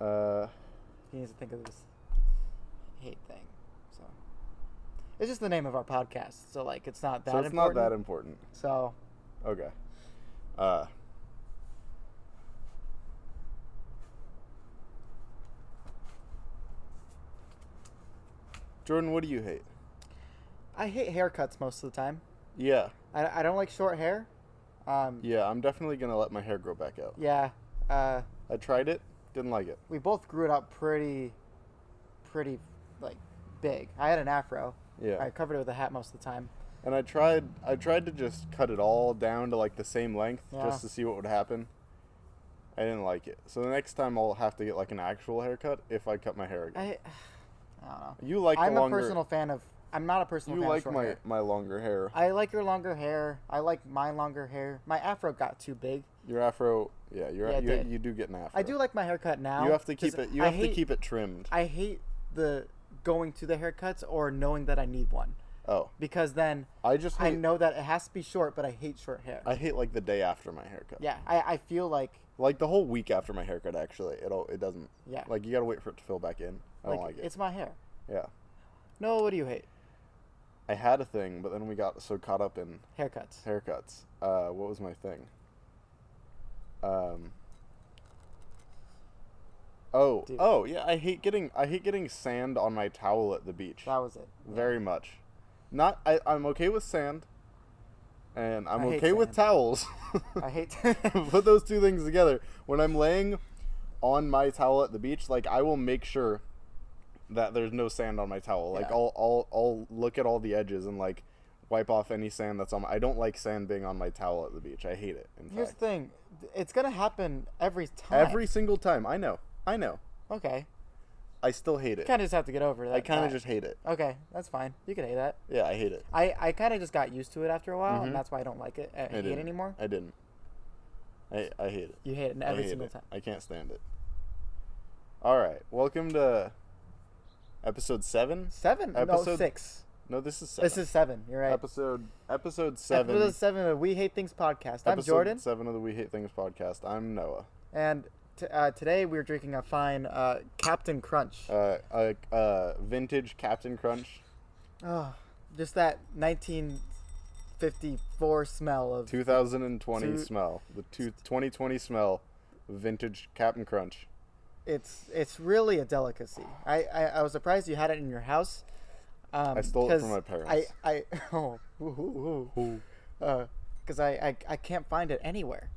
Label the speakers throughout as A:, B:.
A: Uh,
B: He needs to think of this hate thing. So it's just the name of our podcast. So like, it's not that.
A: so it's
B: important.
A: not that important.
B: So
A: Okay. Uh, Jordan, what do you hate?
B: I hate haircuts most of the time.
A: Yeah,
B: I, I don't like short hair. Um,
A: yeah, I'm definitely gonna let my hair grow back out.
B: yeah. Uh,
A: I tried it, didn't like it.
B: we both grew it up pretty, pretty like big. I had an afro.
A: Yeah,
B: I covered it with a hat most of the time.
A: and I tried, I tried to just cut it all down to like the same length
B: Yeah.
A: just to see what would happen. I didn't like it, so the next time I'll have to get like an actual haircut if I cut my hair again.
B: I, I don't know.
A: you like the
B: I'm
A: longer,
B: a personal fan of. I'm not a personal
A: you
B: fan of
A: like
B: short
A: my
B: hair.
A: my longer hair.
B: I like your longer hair. I like my longer hair. My afro got too big.
A: Your afro, yeah, you're,
B: Yeah, it
A: you
B: did.
A: you do get an afro.
B: I do like my haircut now.
A: You have to
B: 'cause
A: keep it. You
B: I
A: have to
B: hate-
A: keep it trimmed.
B: I hate the going to the haircuts or knowing that I need one
A: oh,
B: because then
A: I just
B: I
A: hate, I,
B: know that it has to be short, but I hate short hair.
A: hate like the day after my haircut.
B: yeah, I, I feel like
A: Like the whole week after my haircut, actually, it'll it doesn't.
B: yeah,
A: Like you gotta wait for it to fill back in. Oh, I don't like, it.
B: it's my hair.
A: Yeah,
B: No, what do you hate?
A: I had a thing, but then we got so caught up in
B: Haircuts.
A: haircuts. Uh, what was my thing? Um. Oh,
B: Dude.
A: oh yeah, I hate getting I hate getting sand on my towel at the beach.
B: That was it.
A: very much. Not I, I'm okay with sand, and I'm
B: I hate
A: okay with
B: sand.
A: towels.
B: I hate.
A: Put those two things together. When I'm laying on my towel at the beach, like I will make sure that there's no sand on my towel. Like
B: Yeah.
A: I'll, I'll I'll look at all the edges and like wipe off any sand that's on. My, I don't like sand being on my towel at the beach. I hate it. In
B: Here's the
A: fact,
B: thing. It's gonna happen every time.
A: every single time. I know. I know.
B: okay.
A: I still hate it.
B: Kind of just have to get over that.
A: I kind of
B: fact.
A: just hate it.
B: Okay, that's fine. You can hate that.
A: Yeah, I hate it.
B: I, I kind of just got used to it after a while,
A: Mhm.
B: and that's why I don't like it. I hate it
A: didn't.
B: anymore.
A: I didn't. I I hate it.
B: You hate it
A: I
B: every
A: hate
B: single
A: it.
B: time.
A: I can't stand it. All right, welcome to episode seven.
B: Seven? No,
A: Episode
B: six.
A: No, this is seven.
B: This is seven. You're right.
A: episode episode seven.
B: Episode seven of We Hate Things podcast. I'm
A: episode
B: Jordan,
A: Seven of the We Hate Things podcast. I'm Noah.
B: and t- uh, today we're drinking a fine uh, Captain Crunch.
A: Uh, uh, uh, vintage Captain Crunch,
B: oh, just that 1954 smell of
A: 2020
B: Two-
A: smell. The two, 2020 smell, vintage Captain Crunch.
B: it's. It's really a delicacy. I, I, I was surprised you had it in your house. Um,
A: I stole it
B: 'cause
A: from my parents.
B: I I oh because Uh, I, I I can't find it anywhere.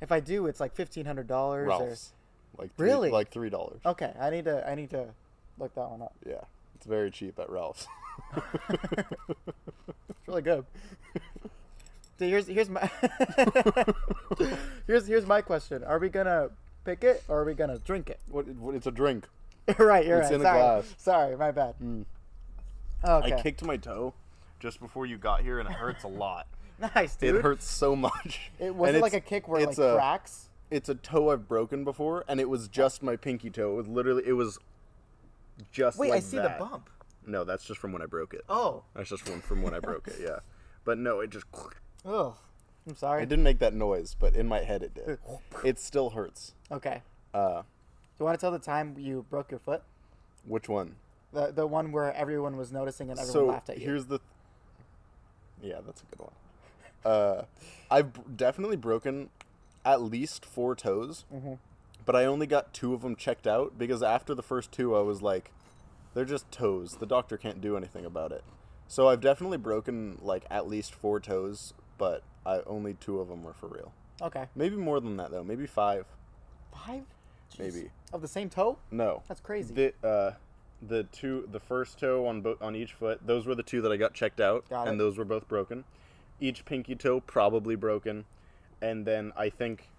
B: If I do, it's like fifteen hundred dollars. Or,
A: Ralph's, like three,
B: Really?
A: like three dollars.
B: okay, I need to I need to look that one up.
A: Yeah, it's very cheap at Ralph's.
B: It's really good. So here's here's my here's here's my question: Are we gonna pick it or are we gonna drink it?
A: what, what? It's a drink.
B: right, you're
A: It's
B: right.
A: in a
B: Sorry,
A: glass. Hmm.
B: sorry, my bad. Okay,
A: I kicked my toe just before you got here, and it hurts a lot.
B: nice dude.
A: It hurts so much.
B: It was
A: And
B: it like a
A: it's-
B: kick where it like
A: it's a,
B: cracks.
A: It's a toe I've broken before, and it was just my pinky toe. It was literally, it was just.
B: Wait, I
A: like
B: see
A: that.
B: the bump.
A: No, that's just from when I broke it.
B: Oh,
A: That's just from from when I broke it. Yeah, but no, it just.
B: ugh. I'm
A: I
B: sorry.
A: didn't make that noise, but in my head it did. It still hurts.
B: Okay.
A: Uh,
B: Do you want to tell the time you broke your foot?
A: which one?
B: The the one where everyone was noticing and everyone
A: so
B: laughed at you.
A: here's the. Th- yeah, that's a good one. Uh, I've b- definitely broken at least four toes,
B: Mm-hmm.
A: but I only got two of them checked out because after the first two, I was like, they're just toes. The doctor can't do anything about it. So I've definitely broken like at least four toes, but I only two of them were for real.
B: okay.
A: Maybe more than that though. Maybe five.
B: Five. Jeez.
A: Maybe.
B: Of the same toe?
A: No.
B: That's crazy.
A: The uh, the two, the first toe on bo- on each foot. Those were the two that I got checked out,
B: Got
A: and
B: it.
A: those were both broken. Each pinky toe probably broken, and then I think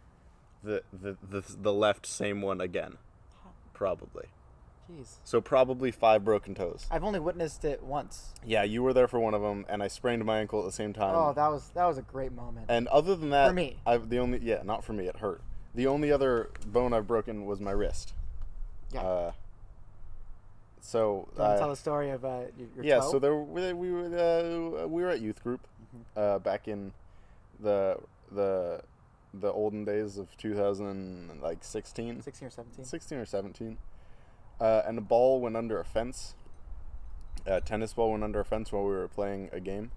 A: the the the, the left same one again, probably.
B: Jeez.
A: So probably five broken toes.
B: I've only witnessed it once.
A: Yeah, you were there for one of them, and I sprained my ankle at the same time.
B: Oh, that was that was a great moment.
A: Um, and other than that,
B: For me.
A: I've, the only yeah, not for me, it hurt. The only other bone I've broken was my wrist.
B: Yeah.
A: Uh, so
B: Do you want
A: uh,
B: to tell the story of uh, your, your
A: yeah,
B: toe?
A: so there we, we Mm-hmm. were uh, we were at youth group uh, back in the the the olden days of 2016,
B: 16 or 17.
A: 16 or 17, uh, and a ball went under a fence. A tennis ball went under a fence while we were playing a game,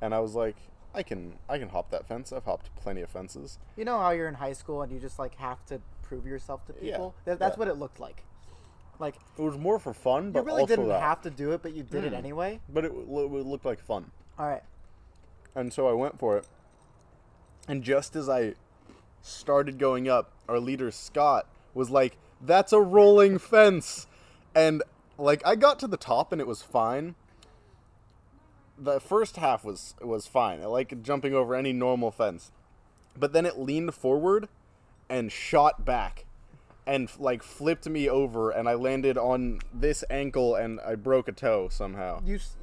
A: and I was like, I can I can hop that fence. I've hopped plenty of fences.
B: You know how you're in high school and you just like have to prove yourself to
A: Yeah,
B: people? That, that's
A: yeah.
B: what it looked like. Like
A: It was more for fun, but
B: you really
A: also
B: didn't
A: that.
B: have to do it, but you did it
A: Mm.
B: anyway.
A: But it, lo- it looked like fun.
B: All right.
A: And so I went for it. And just as I started going up, our leader Scott was like, "That's a rolling fence." And like I got to the top and it was fine. The first half was was fine. I like jumping over any normal fence. But then it leaned forward and shot back and like flipped me over and I landed on this ankle and I broke a toe somehow.
B: You s-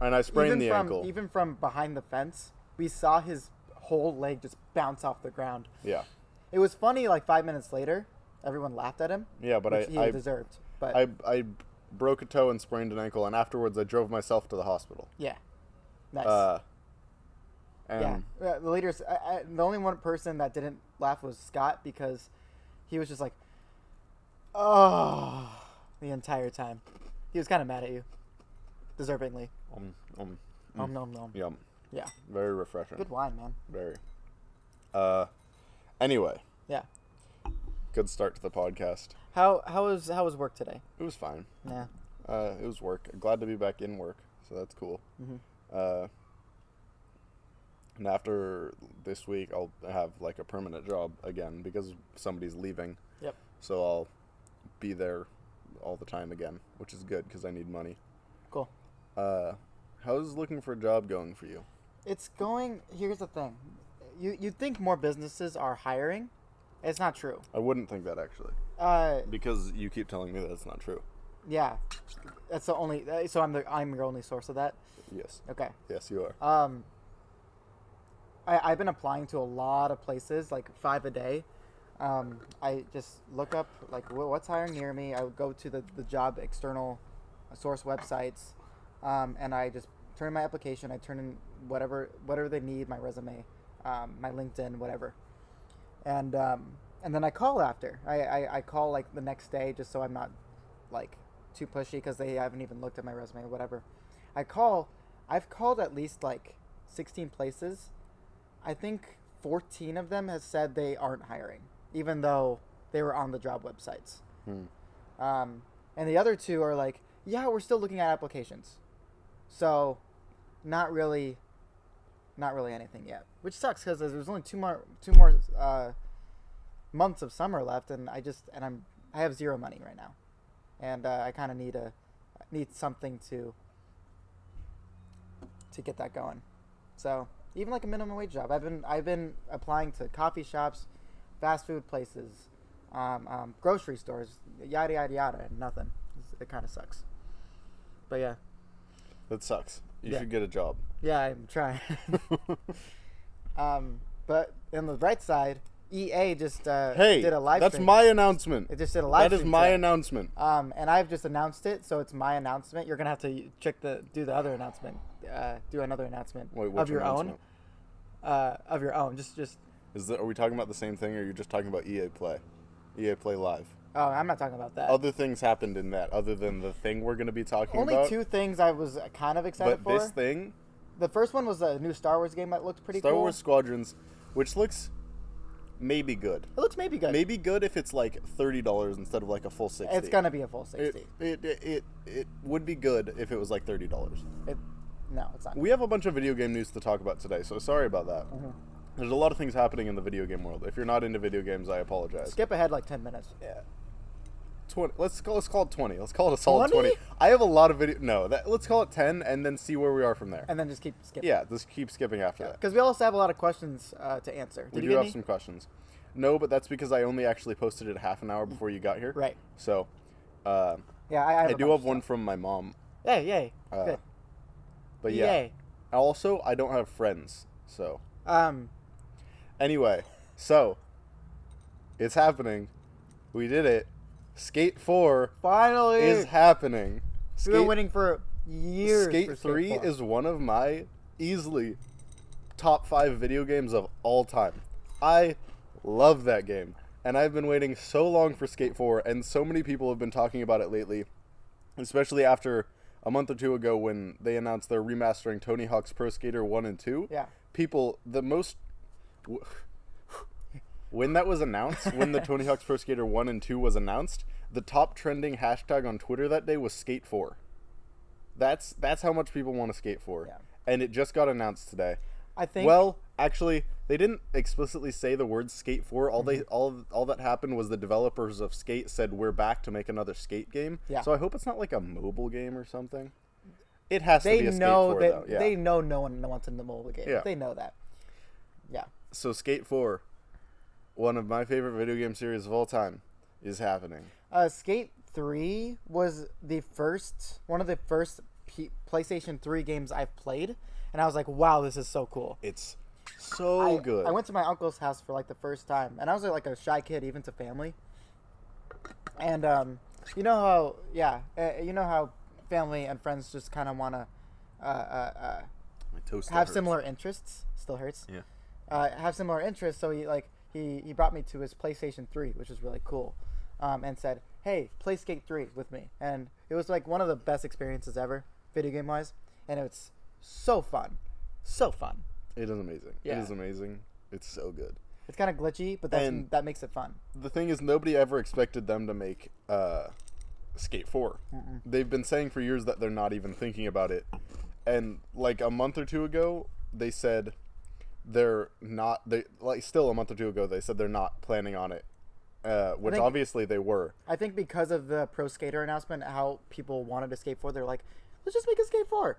A: And I sprained
B: even
A: the
B: from
A: ankle.
B: even from behind the fence, we saw his whole leg just bounce off the ground.
A: yeah.
B: It was funny. Like five minutes later, everyone laughed at him.
A: Yeah, but
B: which
A: I-
B: he
A: I-
B: deserved. But
A: I, I broke a toe and sprained an ankle, and afterwards I drove myself to the hospital.
B: yeah, nice.
A: Uh, and
B: yeah, Uh, the leaders. I, I, the only one person that didn't laugh was Scott because he was just like, oh, the entire time. He was kind of mad at you, deservingly.
A: um, um,
B: Nom nom nom.
A: yum,
B: Yeah,
A: very refreshing.
B: good wine, man.
A: Very. Uh, anyway,
B: Yeah.
A: good start to the podcast.
B: How how was how was work today?
A: It was fine.
B: Yeah.
A: Uh, it was work. Glad to be back in work, so that's cool.
B: Mhm.
A: Uh, and after this week, I'll have like a permanent job again because somebody's leaving.
B: Yep.
A: So I'll be there all the time again, which is good because I need money.
B: Cool.
A: Uh, how's looking for a job going for you?
B: It's going. Here's the thing. You you think more businesses are hiring? It's not true.
A: I wouldn't think that actually,
B: Uh,
A: because you keep telling me that's not true.
B: yeah. That's the only. uh, So I'm the I'm your only source of that.
A: Yes,
B: Okay.
A: yes, you are.
B: Um. I I've been applying to a lot of places, like five a day. Um, I just look up like wh- what's hiring near me. I would go to the, the job external source websites, um, and I just turn in my application. I turn in whatever whatever they need, my resume, um, my LinkedIn, whatever. and um, and then I call after. I, I, I call like the next day just so I'm not like too pushy because they haven't even looked at my resume or whatever. I call. I've called at least like 16 places. I think 14 of them has said they aren't hiring, even though they were on the job websites.
A: Hmm.
B: Um, and the other two are like, yeah, we're still looking at applications. So, not really, not really anything yet, which sucks because there's only two more two more uh, months of summer left, and I just and I'm I have zero money right now, and uh, I kind of need a need something to to get that going. So even like a minimum wage job, I've been I've been applying to coffee shops, fast food places, um, um, grocery stores, yada yada yada, and nothing. It's- It kind of sucks. But yeah,
A: That sucks. You
B: Yeah.
A: should get a job.
B: yeah, I'm trying. um, but on the bright side, EA just uh,
A: hey,
B: did a live.
A: that's
B: stream.
A: my announcement.
B: It just did a live.
A: That is
B: stream
A: my
B: today.
A: announcement.
B: Um, and I've just announced it, so it's my announcement. You're gonna have to check the do the other announcement, uh, do another announcement
A: Wait,
B: of
A: what's
B: your
A: announcement?
B: own, uh, of your own. Just just
A: Is that, are we talking about the same thing, or you're just talking about EA Play, EA Play Live?
B: oh, I'm not talking about that.
A: Other things happened in that, other than the thing we're going to be talking
B: Only
A: about.
B: two things I was kind of
A: but
B: excited for.
A: this thing,
B: the first one was a new Star Wars game that looked pretty
A: Star
B: cool.
A: Wars Squadrons, which looks maybe good.
B: It looks maybe good.
A: Maybe good if it's like thirty dollars instead of like a full sixty.
B: it's gonna be a full sixty.
A: It, it, it, it, it would be good if it was like thirty dollars.
B: It- no, it's not.
A: We have a bunch of video game news to talk about today, so sorry about that.
B: Mm-hmm.
A: There's a lot of things happening in the video game world. If you're not into video games, I apologize.
B: Skip ahead like ten minutes.
A: Yeah. Twenty. Let's call. Let's call it twenty. Let's call it a solid
B: 20?
A: twenty. I have a lot of video. No, that, let's call it ten, and then see where we are from there.
B: and then just keep skipping.
A: yeah, just keep skipping after that.
B: Because we also have a lot of questions uh, to answer. Did
A: we
B: you
A: do
B: get
A: have
B: any?
A: some questions. No, but that's because I only actually posted it half an hour before you got here.
B: Right.
A: So, uh,
B: Yeah, I, I,
A: I,
B: have a
A: do
B: bunch.
A: have one from my mom,
B: Yay, yay.
A: Uh,
B: Good.
A: but yeah.
B: Yay.
A: Also, I don't have friends. So,
B: Um,
A: anyway, so it's happening. We did it. Skate four
B: finally,
A: is happening.
B: we've been
A: Skate
B: winning for years.
A: Skate
B: for
A: 3
B: four.
A: is one of my easily top 5 video games of all time. I love that game. And I've been waiting so long for Skate 4, and so many people have been talking about it lately, especially after a month or two ago when they announced they're remastering Tony Hawk's Pro Skater 1 and 2.
B: Yeah.
A: People, the most. When that was announced, when the Tony Hawk's Pro Skater 1 and 2 was announced, the top trending hashtag on Twitter that day was Skate 4. That's that's how much people want to skate for.
B: Yeah.
A: And it just got announced today.
B: I think.
A: Well, actually, they didn't explicitly say the word Skate 4. All
B: Mm-hmm.
A: they all all that happened was the developers of Skate said we're back to make another Skate game.
B: Yeah.
A: So I hope it's not like a mobile game or something. It has
B: they
A: to be a
B: know
A: Skate 4
B: that
A: though. Yeah.
B: they know no one wants a mobile game.
A: Yeah.
B: They know that. Yeah.
A: So Skate 4, one of my favorite video game series of all time, is happening.
B: Uh, Skate Three was the first one of the first P- PlayStation Three games I've played, and I was like, "Wow, this is so cool."
A: It's so
B: I-
A: good.
B: I went to my uncle's house for like the first time, and I was like a shy kid, even to family. And um, you know how, yeah, uh, you know how family and friends just kind of want to uh, uh, uh,
A: my toast still
B: have
A: hurts.
B: similar interests. Still hurts.
A: Yeah.
B: Uh, have similar interests, so he like he he brought me to his PlayStation Three, which is really cool, um, and said, "Hey, play Skate Three with me," and it was like one of the best experiences ever, video game wise, and it's so fun, so fun.
A: It is amazing. It
B: Yeah.
A: is amazing. It's so good.
B: It's kind of glitchy, but that's,
A: And-
B: that makes it fun.
A: the thing is nobody ever expected them to make uh, skate 4 they've been saying for years that they're not even thinking about it and like a month or two ago they said they're not they like still a month or two ago they said they're not planning on it uh, which
B: think-
A: obviously they were
B: I think because of the pro skater announcement, how people wanted to skate four, they're like, let's just make a skate four.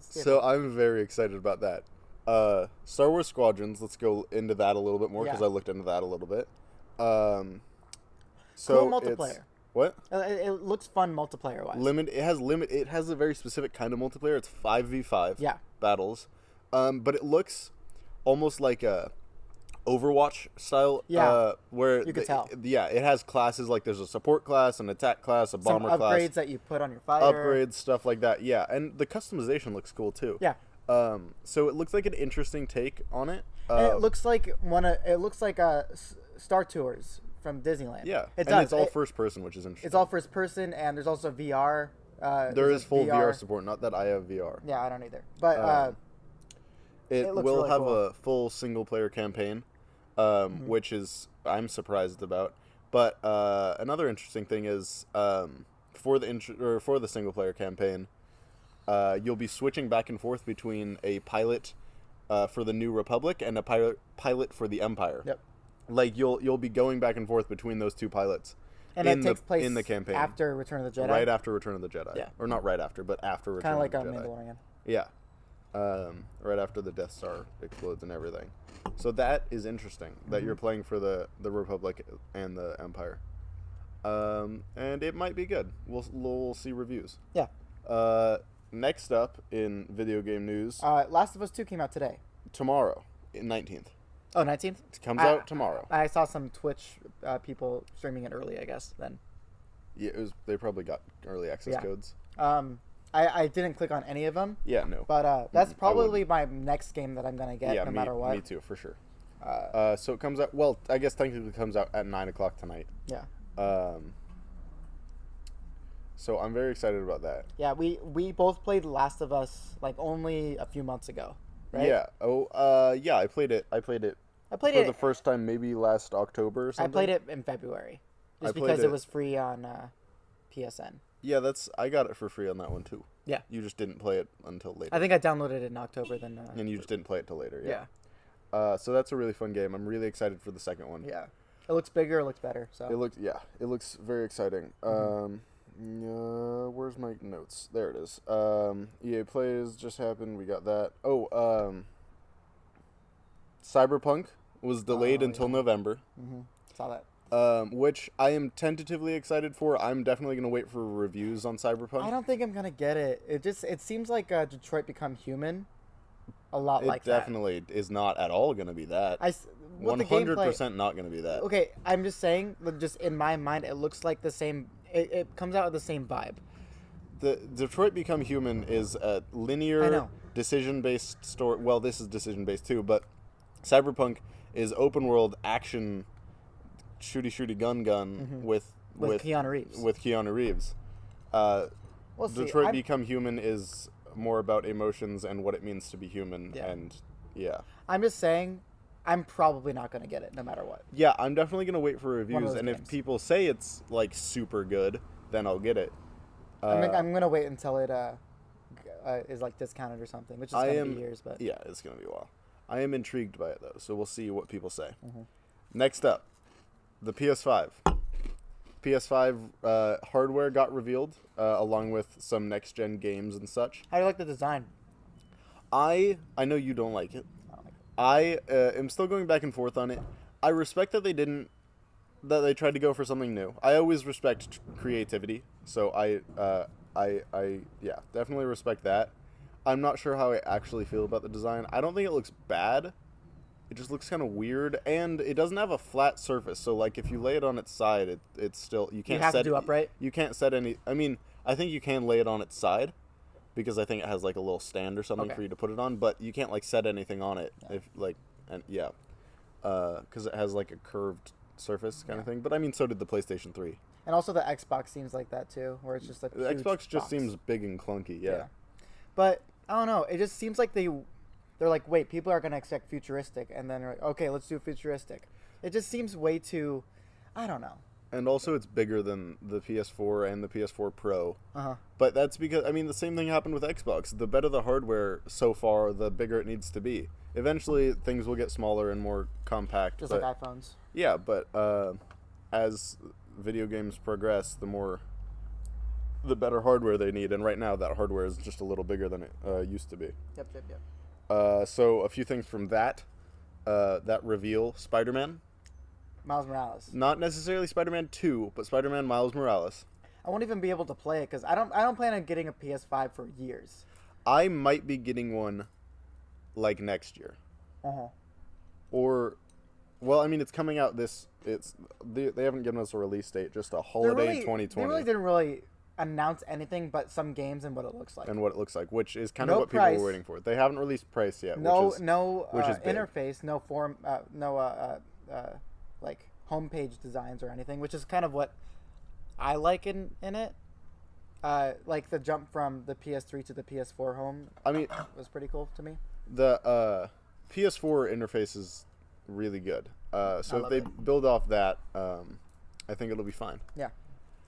A: so i'm very excited about that uh, star wars squadrons let's go into that a little bit more because
B: Yeah.
A: i looked into that a little bit um, so it's-
B: multiplayer.
A: what
B: it, Uh, it looks fun multiplayer wise.
A: limit it has limit it has a very specific kind of multiplayer it's 5v5
B: Yeah.
A: battles um, but it looks almost like a overwatch style
B: Yeah.
A: uh, where you
B: could tell.
A: yeah it has classes like there's a support class an attack class a
B: Some
A: bomber
B: upgrades
A: class
B: that you put on your fire.
A: upgrades stuff like that yeah and the customization looks cool too
B: Yeah.
A: um, so it looks like an interesting take on it
B: And
A: Uh,
B: it looks like one of it looks like a Star Tours from Disneyland.
A: yeah
B: it
A: and
B: does.
A: it's all
B: It-
A: first person which is interesting
B: it's all first person, and there's also VR. Uh,
A: there
B: there's
A: is
B: a
A: full VR. support not that i have vr
B: Yeah, I don't either. But uh,
A: Um, it,
B: It looks
A: will
B: really
A: have
B: cool. Mm-hmm.
A: a full single player campaign, um, which is I'm surprised about. But uh, another interesting thing is um, for the intro, or for the single player campaign, uh, you'll be switching back and forth between a pilot uh, for the New Republic and a pilot pilot for the Empire.
B: yep,
A: Like you'll you'll be going back and forth between those two pilots.
B: and
A: in
B: it takes
A: the,
B: place
A: in the campaign
B: after Return of the Jedi.
A: right after Return of the Jedi.
B: Yeah.
A: or not right after, but after Return
B: kind
A: of
B: of like a
A: the Jedi.
B: Mandalorian.
A: Yeah. Um, right after the Death Star explodes and everything. So that is interesting that
B: Mm-hmm.
A: you're playing for the, the Republic and the Empire. Um, and it might be good. We'll, we'll see reviews.
B: Yeah.
A: Uh, next up in video game news,
B: Uh, Last of Us Two came out today.
A: tomorrow, 19th.
B: Oh, 19th?
A: It comes
B: I-
A: out tomorrow.
B: I saw some Twitch uh, people streaming it early, I guess, then.
A: yeah, it was, they probably got early access
B: Yeah.
A: codes.
B: Um, I, I didn't click on any of them,
A: Yeah, no.
B: but uh, that's
A: Mm, I
B: probably my next game that I'm going to get
A: yeah,
B: no
A: me,
B: matter what.
A: me too, for sure. Uh, so it comes out, well, I guess technically it comes out at 9 o'clock tonight.
B: Yeah.
A: Um, so I'm very excited about that.
B: Yeah, we, we both played Last of Us like only a few months ago, right?
A: Yeah. Oh, uh, yeah. I played it. I played it
B: I played
A: for
B: it
A: the first time maybe last October or
B: I
A: something.
B: played it in February just
A: I played
B: because it.
A: it-
B: was free on uh, PSN.
A: Yeah, that's. I got it for free on that one too.
B: Yeah.
A: You just didn't play it until later,
B: I think I downloaded it in October then uh,
A: and you just didn't play it till later.
B: yeah.
A: Yeah. Uh, so that's a really fun game. I'm really excited for the second one.
B: Yeah. It looks bigger, it looks better. So
A: It looks. Yeah. It looks very exciting.
B: Mm-hmm.
A: Um. Uh, where's my notes? There it is. Um, EA Plays just happened. We got that. Oh, um, Cyberpunk was delayed
B: Oh,
A: until November.
B: hmm saw that.
A: um, which I am tentatively excited for. I'm definitely going to wait for reviews on Cyberpunk.
B: I don't think I'm gonna get it. It just it seems like uh, Detroit Become Human, a lot
A: it
B: like
A: definitely is not at all going to be that.
B: that. I s- with the
A: One hundred
B: gameplay.
A: percent not going to be that.
B: Okay, I'm just saying. like, Just in my mind, it looks like the same. It, it comes out with the same vibe.
A: The Detroit Become Human is a linear
B: I know.
A: decision based story. Well, this is decision based too, but Cyberpunk is open world action, shooty shooty gun gun with,
B: Mm-hmm. With Keanu Reeves.
A: with Keanu Reeves. Uh,
B: Well, see,
A: Detroit
B: I'm-
A: Become Human is more about emotions and what it means to be human,
B: Yeah.
A: and yeah,
B: I'm just saying, I'm probably not going to get it no matter what.
A: yeah. I'm definitely gonna wait for
B: of
A: reviews,
B: those
A: and if
B: games.
A: people say it's like super good, then I'll get it.
B: I'm,
A: Uh,
B: gonna- I'm going to wait until it uh, g- uh, is like discounted or something, which is
A: I
B: going to
A: am-
B: be years. But
A: Yeah, it's gonna be a while. I am intrigued by it though, so we'll see what people say.
B: Mm-hmm.
A: Next up, the PS5. PS5 uh, hardware got revealed uh, along with some next gen games and such.
B: I like the design.
A: I I know you don't like it.
B: I don't like it.
A: I uh, am still going back and forth on it. I respect that they didn't that they tried to go for something new. I always respect tr- creativity, so I uh, I I yeah definitely respect that. I'm not sure how I actually feel about the design. I don't think it looks bad. It just looks kind of weird, and it doesn't have a flat surface. So like if you lay it on its side, it, it's still you can't
B: have to
A: set
B: do upright?
A: You can't set any. I mean, I think you can lay it on its side because I think it has like a little stand or something
B: Okay.
A: for you to put it on, but you can't like set anything on it if like and yeah, because it has like a curved surface kind of thing. But I mean, so did the PlayStation Three.
B: And also the Xbox seems like that too, where it's just like
A: The Xbox just seems big and clunky. Yeah.
B: Yeah. But I don't know. It just seems like they they're like, wait, people are gonna expect futuristic, and then they're like, okay, let's do futuristic. It just seems way too. I don't know.
A: and also it's bigger than the PS4 and the PS4 Pro.
B: Uh huh.
A: But that's because I mean the same thing happened with Xbox. The better the hardware so far, the bigger it needs to be. Eventually, things will get smaller and more compact.
B: Just
A: but-
B: like iPhones.
A: Yeah, but uh, as video games progress, the more the better hardware they need, and right now that hardware is just a little bigger than it uh, used to be.
B: Yep, yep, yep.
A: Uh, so a few things from that uh, that reveal Spider-Man,
B: Miles Morales.
A: not necessarily Spider-Man Two, but Spider-Man Miles Morales.
B: I won't even be able to play it because I don't. I don't plan on getting a PS5 for years.
A: I might be getting one like next year,
B: Uh huh.
A: or well, I mean it's coming out this. It's they, they haven't given us a release date, just a
B: They
A: holiday
B: really,
A: in 2020.
B: they really didn't really announce anything but some games and what it looks like.
A: and what it looks like, which is kind of
B: No
A: what
B: price.
A: people were waiting for. They haven't released price yet.
B: no,
A: which is,
B: no,
A: which
B: uh,
A: is big.
B: interface, no form, uh, no, uh, uh, uh, like homepage designs or anything, which is kind of what I like in in it. Uh, like the jump from the PS3 to the PS4 home
A: I mean,
B: was pretty cool to me.
A: the uh, PS4 interface is really good. Uh, so
B: love
A: if they
B: it.
A: build off that, um, I think it'll be fine.
B: Yeah,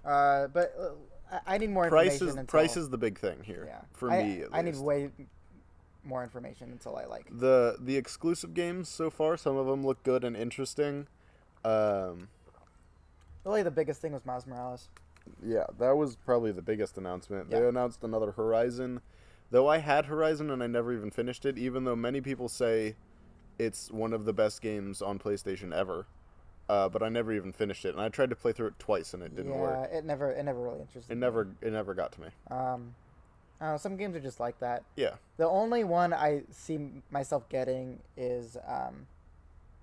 B: uh, but uh, I, I need more
A: Price
B: information.
A: is
B: until,
A: price is the big thing here
B: yeah.
A: for
B: I,
A: me. At
B: I need
A: least.
B: way more information until I like.
A: the the exclusive games so far. Some of them look good and interesting. Um,
B: Really, the biggest thing was Miles Morales.
A: Yeah, that was probably the biggest announcement. They
B: Yeah.
A: announced another Horizon. Though I had Horizon and I never even finished it, even though many people say it's one of the best games on PlayStation ever. Uh, but I never even finished it, and I tried to play through it twice, and it didn't
B: yeah,
A: work.
B: it never, it never really interested.
A: It
B: me.
A: never, it never got to me.
B: Um, I don't know, some games are just like that.
A: Yeah,
B: The only one I see myself getting is, um,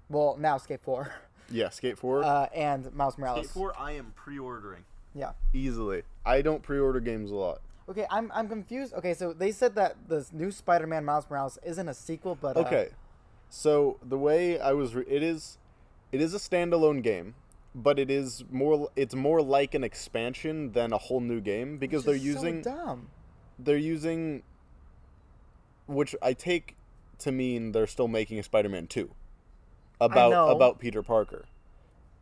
B: well, now Skate 4
A: yeah. Skate Four.
B: uh, and Miles Morales.
A: I am pre-ordering
B: Yeah.
A: easily. I don't pre-order games a lot.
B: Okay, I'm, I'm confused. Okay, so they said that this new Spider Man Miles Morales isn't a sequel, but. Uh,
A: Okay, so the way I was, re- it is, it is a standalone game, but it is more, it's more like an expansion than a whole new game because
B: which
A: they're
B: is so
A: using,
B: dumb.
A: they're using, which I take to mean they're still making a Spider-Man two,
B: know.
A: about about Peter Parker.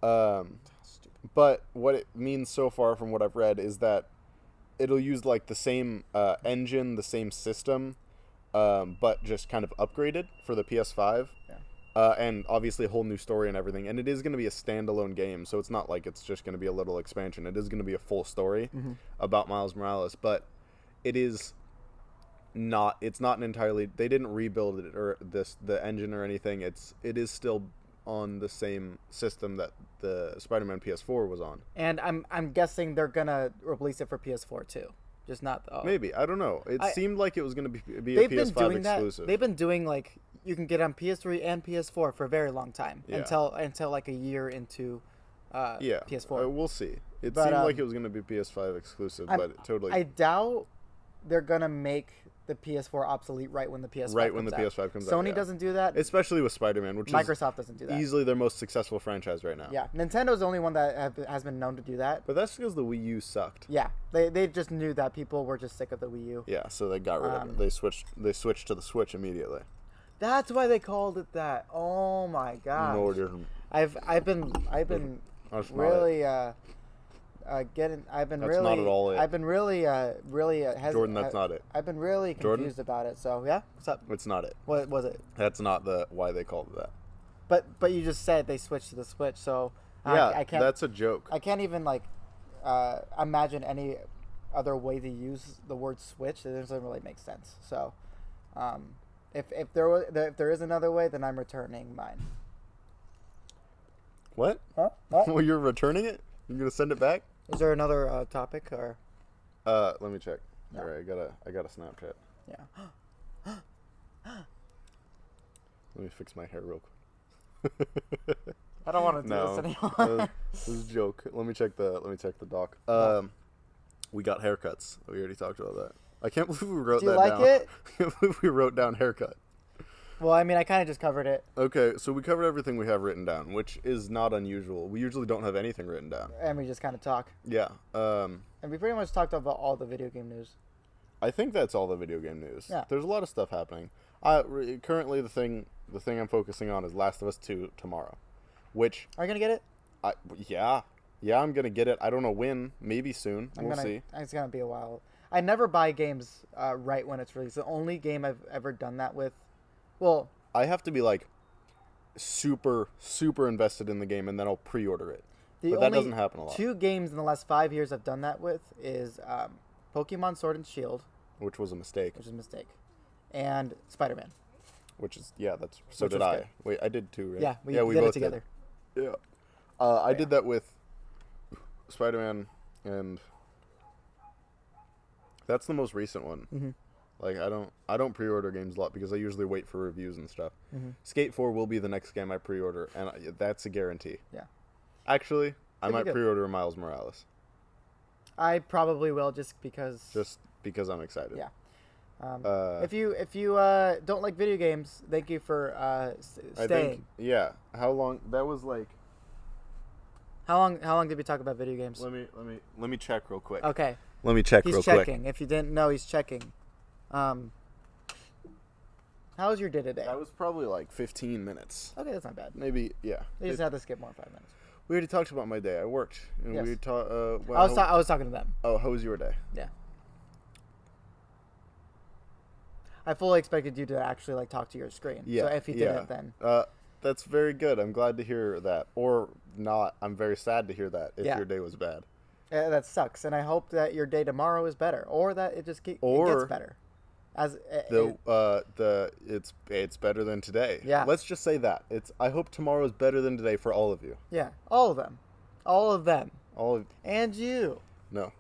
A: Um,
B: Stupid.
A: but what it means so far from what I've read is that it'll use like the same uh, engine, the same system, um, but just kind of upgraded for the PS5.
B: Yeah.
A: Uh, and obviously a whole new story and everything. And it is going to be a standalone game, so it's not like it's just going to be a little expansion. It is going to be a full story about Miles Morales, but it is not it's not an entirely they didn't rebuild it or this the engine or anything it's it is still on the same system that the spider-man ps4 was on
B: And I'm, I'm guessing they're going to release it for PS4 too. Just not. Oh.
A: maybe i don't know it
B: I-
A: seemed like it was going to be, be a
B: They've been
A: ps5
B: doing
A: exclusive
B: that. They've been doing like you can get on PS3 and PS4 for a very long time
A: Yeah.
B: until until like a year into uh,
A: yeah
B: PS4.
A: uh, we'll see it
B: But,
A: seemed like
B: um,
A: it was going to be ps5 exclusive
B: I'm-
A: but it totally
B: I doubt they're gonna make the PS4 obsolete right when the PS5
A: Right when
B: comes
A: the
B: out.
A: PS5 comes out,
B: Sony
A: yeah.
B: doesn't do that.
A: especially with Spider-Man, which
B: Microsoft doesn't do that.
A: is easily their most successful franchise right now.
B: Yeah, Nintendo's the only one that have, has been known to do that.
A: but that's because the Wii U sucked.
B: Yeah, they they just knew that people were just sick of the Wii U.
A: Yeah, so they got rid
B: Um,
A: of it. They switched. They switched to the Switch immediately.
B: That's why they called it that. Oh my god.
A: In order, to-
B: I've I've been I've been
A: That's not it.
B: really uh, uh getting I've been
A: That's
B: really
A: not at all it.
B: I've been really uh really uh, hes-
A: Jordan, that's
B: I-
A: not it.
B: I've been really
A: Jordan?
B: confused about it. So yeah, what's up?
A: it's not it.
B: What was it?
A: That's not the why they called it that.
B: But but you just said they switched to the Switch, so
A: yeah,
B: I, I can't
A: that's a joke.
B: I can't even like uh, imagine any other way to use the word switch. It doesn't really make sense. So, um, if if there was if there is another way, then I'm returning mine.
A: what?
B: Huh? What?
A: well, you're returning it. You're gonna send it back.
B: Is there another uh, topic or
A: Uh, let me check.
B: No.
A: All right, I got a I got a Snapchat.
B: yeah?
A: Let me fix my hair real quick.
B: I don't want to do
A: no,
B: this anymore.
A: uh, this is a joke. Let me check the let me check the doc. Um, we got haircuts. We already talked about that. I can't believe we wrote
B: Do you
A: that
B: like
A: down.
B: it?
A: I can't believe we wrote down haircut.
B: well, I mean, I kind of just covered it,
A: Okay, so we covered everything we have written down, which is not unusual. We usually don't have anything written down.
B: and we just kind of talk,
A: Yeah. Um,
B: and we pretty much talked about all the video game news.
A: I think that's all the video game news.
B: Yeah.
A: There's a lot of stuff happening. I re- currently the thing the thing I'm focusing on is Last of Us 2 tomorrow, which
B: Are you gonna get it?
A: I yeah. Yeah, I'm going to get it. I don't know when, maybe soon.
B: I'm
A: we'll
B: gonna,
A: see.
B: It's gonna be a while. I never buy games uh, right when it's released. The only game I've ever done that with, well,
A: I have to be like super super invested in the game and then I'll pre-order it.
B: The
A: but that
B: only
A: doesn't happen a lot,
B: Two games in the last five years I've done that with is um, Pokemon Sword and Shield,
A: which was a mistake,
B: which is a mistake, and Spider Man.
A: which is yeah, that's so
B: Which
A: did
B: was
A: I.
B: good.
A: Wait, I did too, right?
B: Yeah, we did it
A: both
B: together.
A: Yeah. Uh, I did that with Spider Man, and that's the most recent one.
B: Mm-hmm.
A: Like I don't I don't pre-order games a lot because I usually wait for reviews and stuff.
B: Mm-hmm.
A: Skate Four will be the next game I pre-order, and I, that's a guarantee.
B: Yeah,
A: Actually, I
B: Could be
A: might
B: good.
A: pre-order Miles Morales
B: I probably will just because.
A: just because I'm excited.
B: yeah. Um,
A: Uh,
B: if you if you uh, don't like video games, thank you for uh, s-
A: I
B: staying.
A: think yeah. How long? That was like.
B: How long how long did we talk about video games?
A: Let me let me let me check real quick.
B: Okay,
A: Let me check
B: he's
A: real quick.
B: checking. If you didn't know, he's checking. Um, how was your day today?
A: That was probably like 15 minutes.
B: okay, that's not bad.
A: Maybe yeah.
B: You just had to skip more than five minutes.
A: We already talked about my day. I worked, and
B: Yes.
A: we talked. Uh, well,
B: I was ta- I was talking to them.
A: oh, how was your day?
B: Yeah. I fully expected you to actually like talk to your screen.
A: Yeah.
B: So if you
A: yeah.
B: didn't, then
A: uh, that's very good. I'm glad to hear that, or not. I'm very sad to hear that. If
B: Yeah.
A: your day was bad,
B: uh, that sucks. And I hope that your day tomorrow is better, or that it just get, it
A: Or-
B: gets better. As uh,
A: the
B: it-
A: uh, the it's it's better than today.
B: Yeah.
A: Let's just say that it's. I hope tomorrow is better than today for all of you.
B: yeah, all of them, all of them,
A: All of
B: and you,
A: no.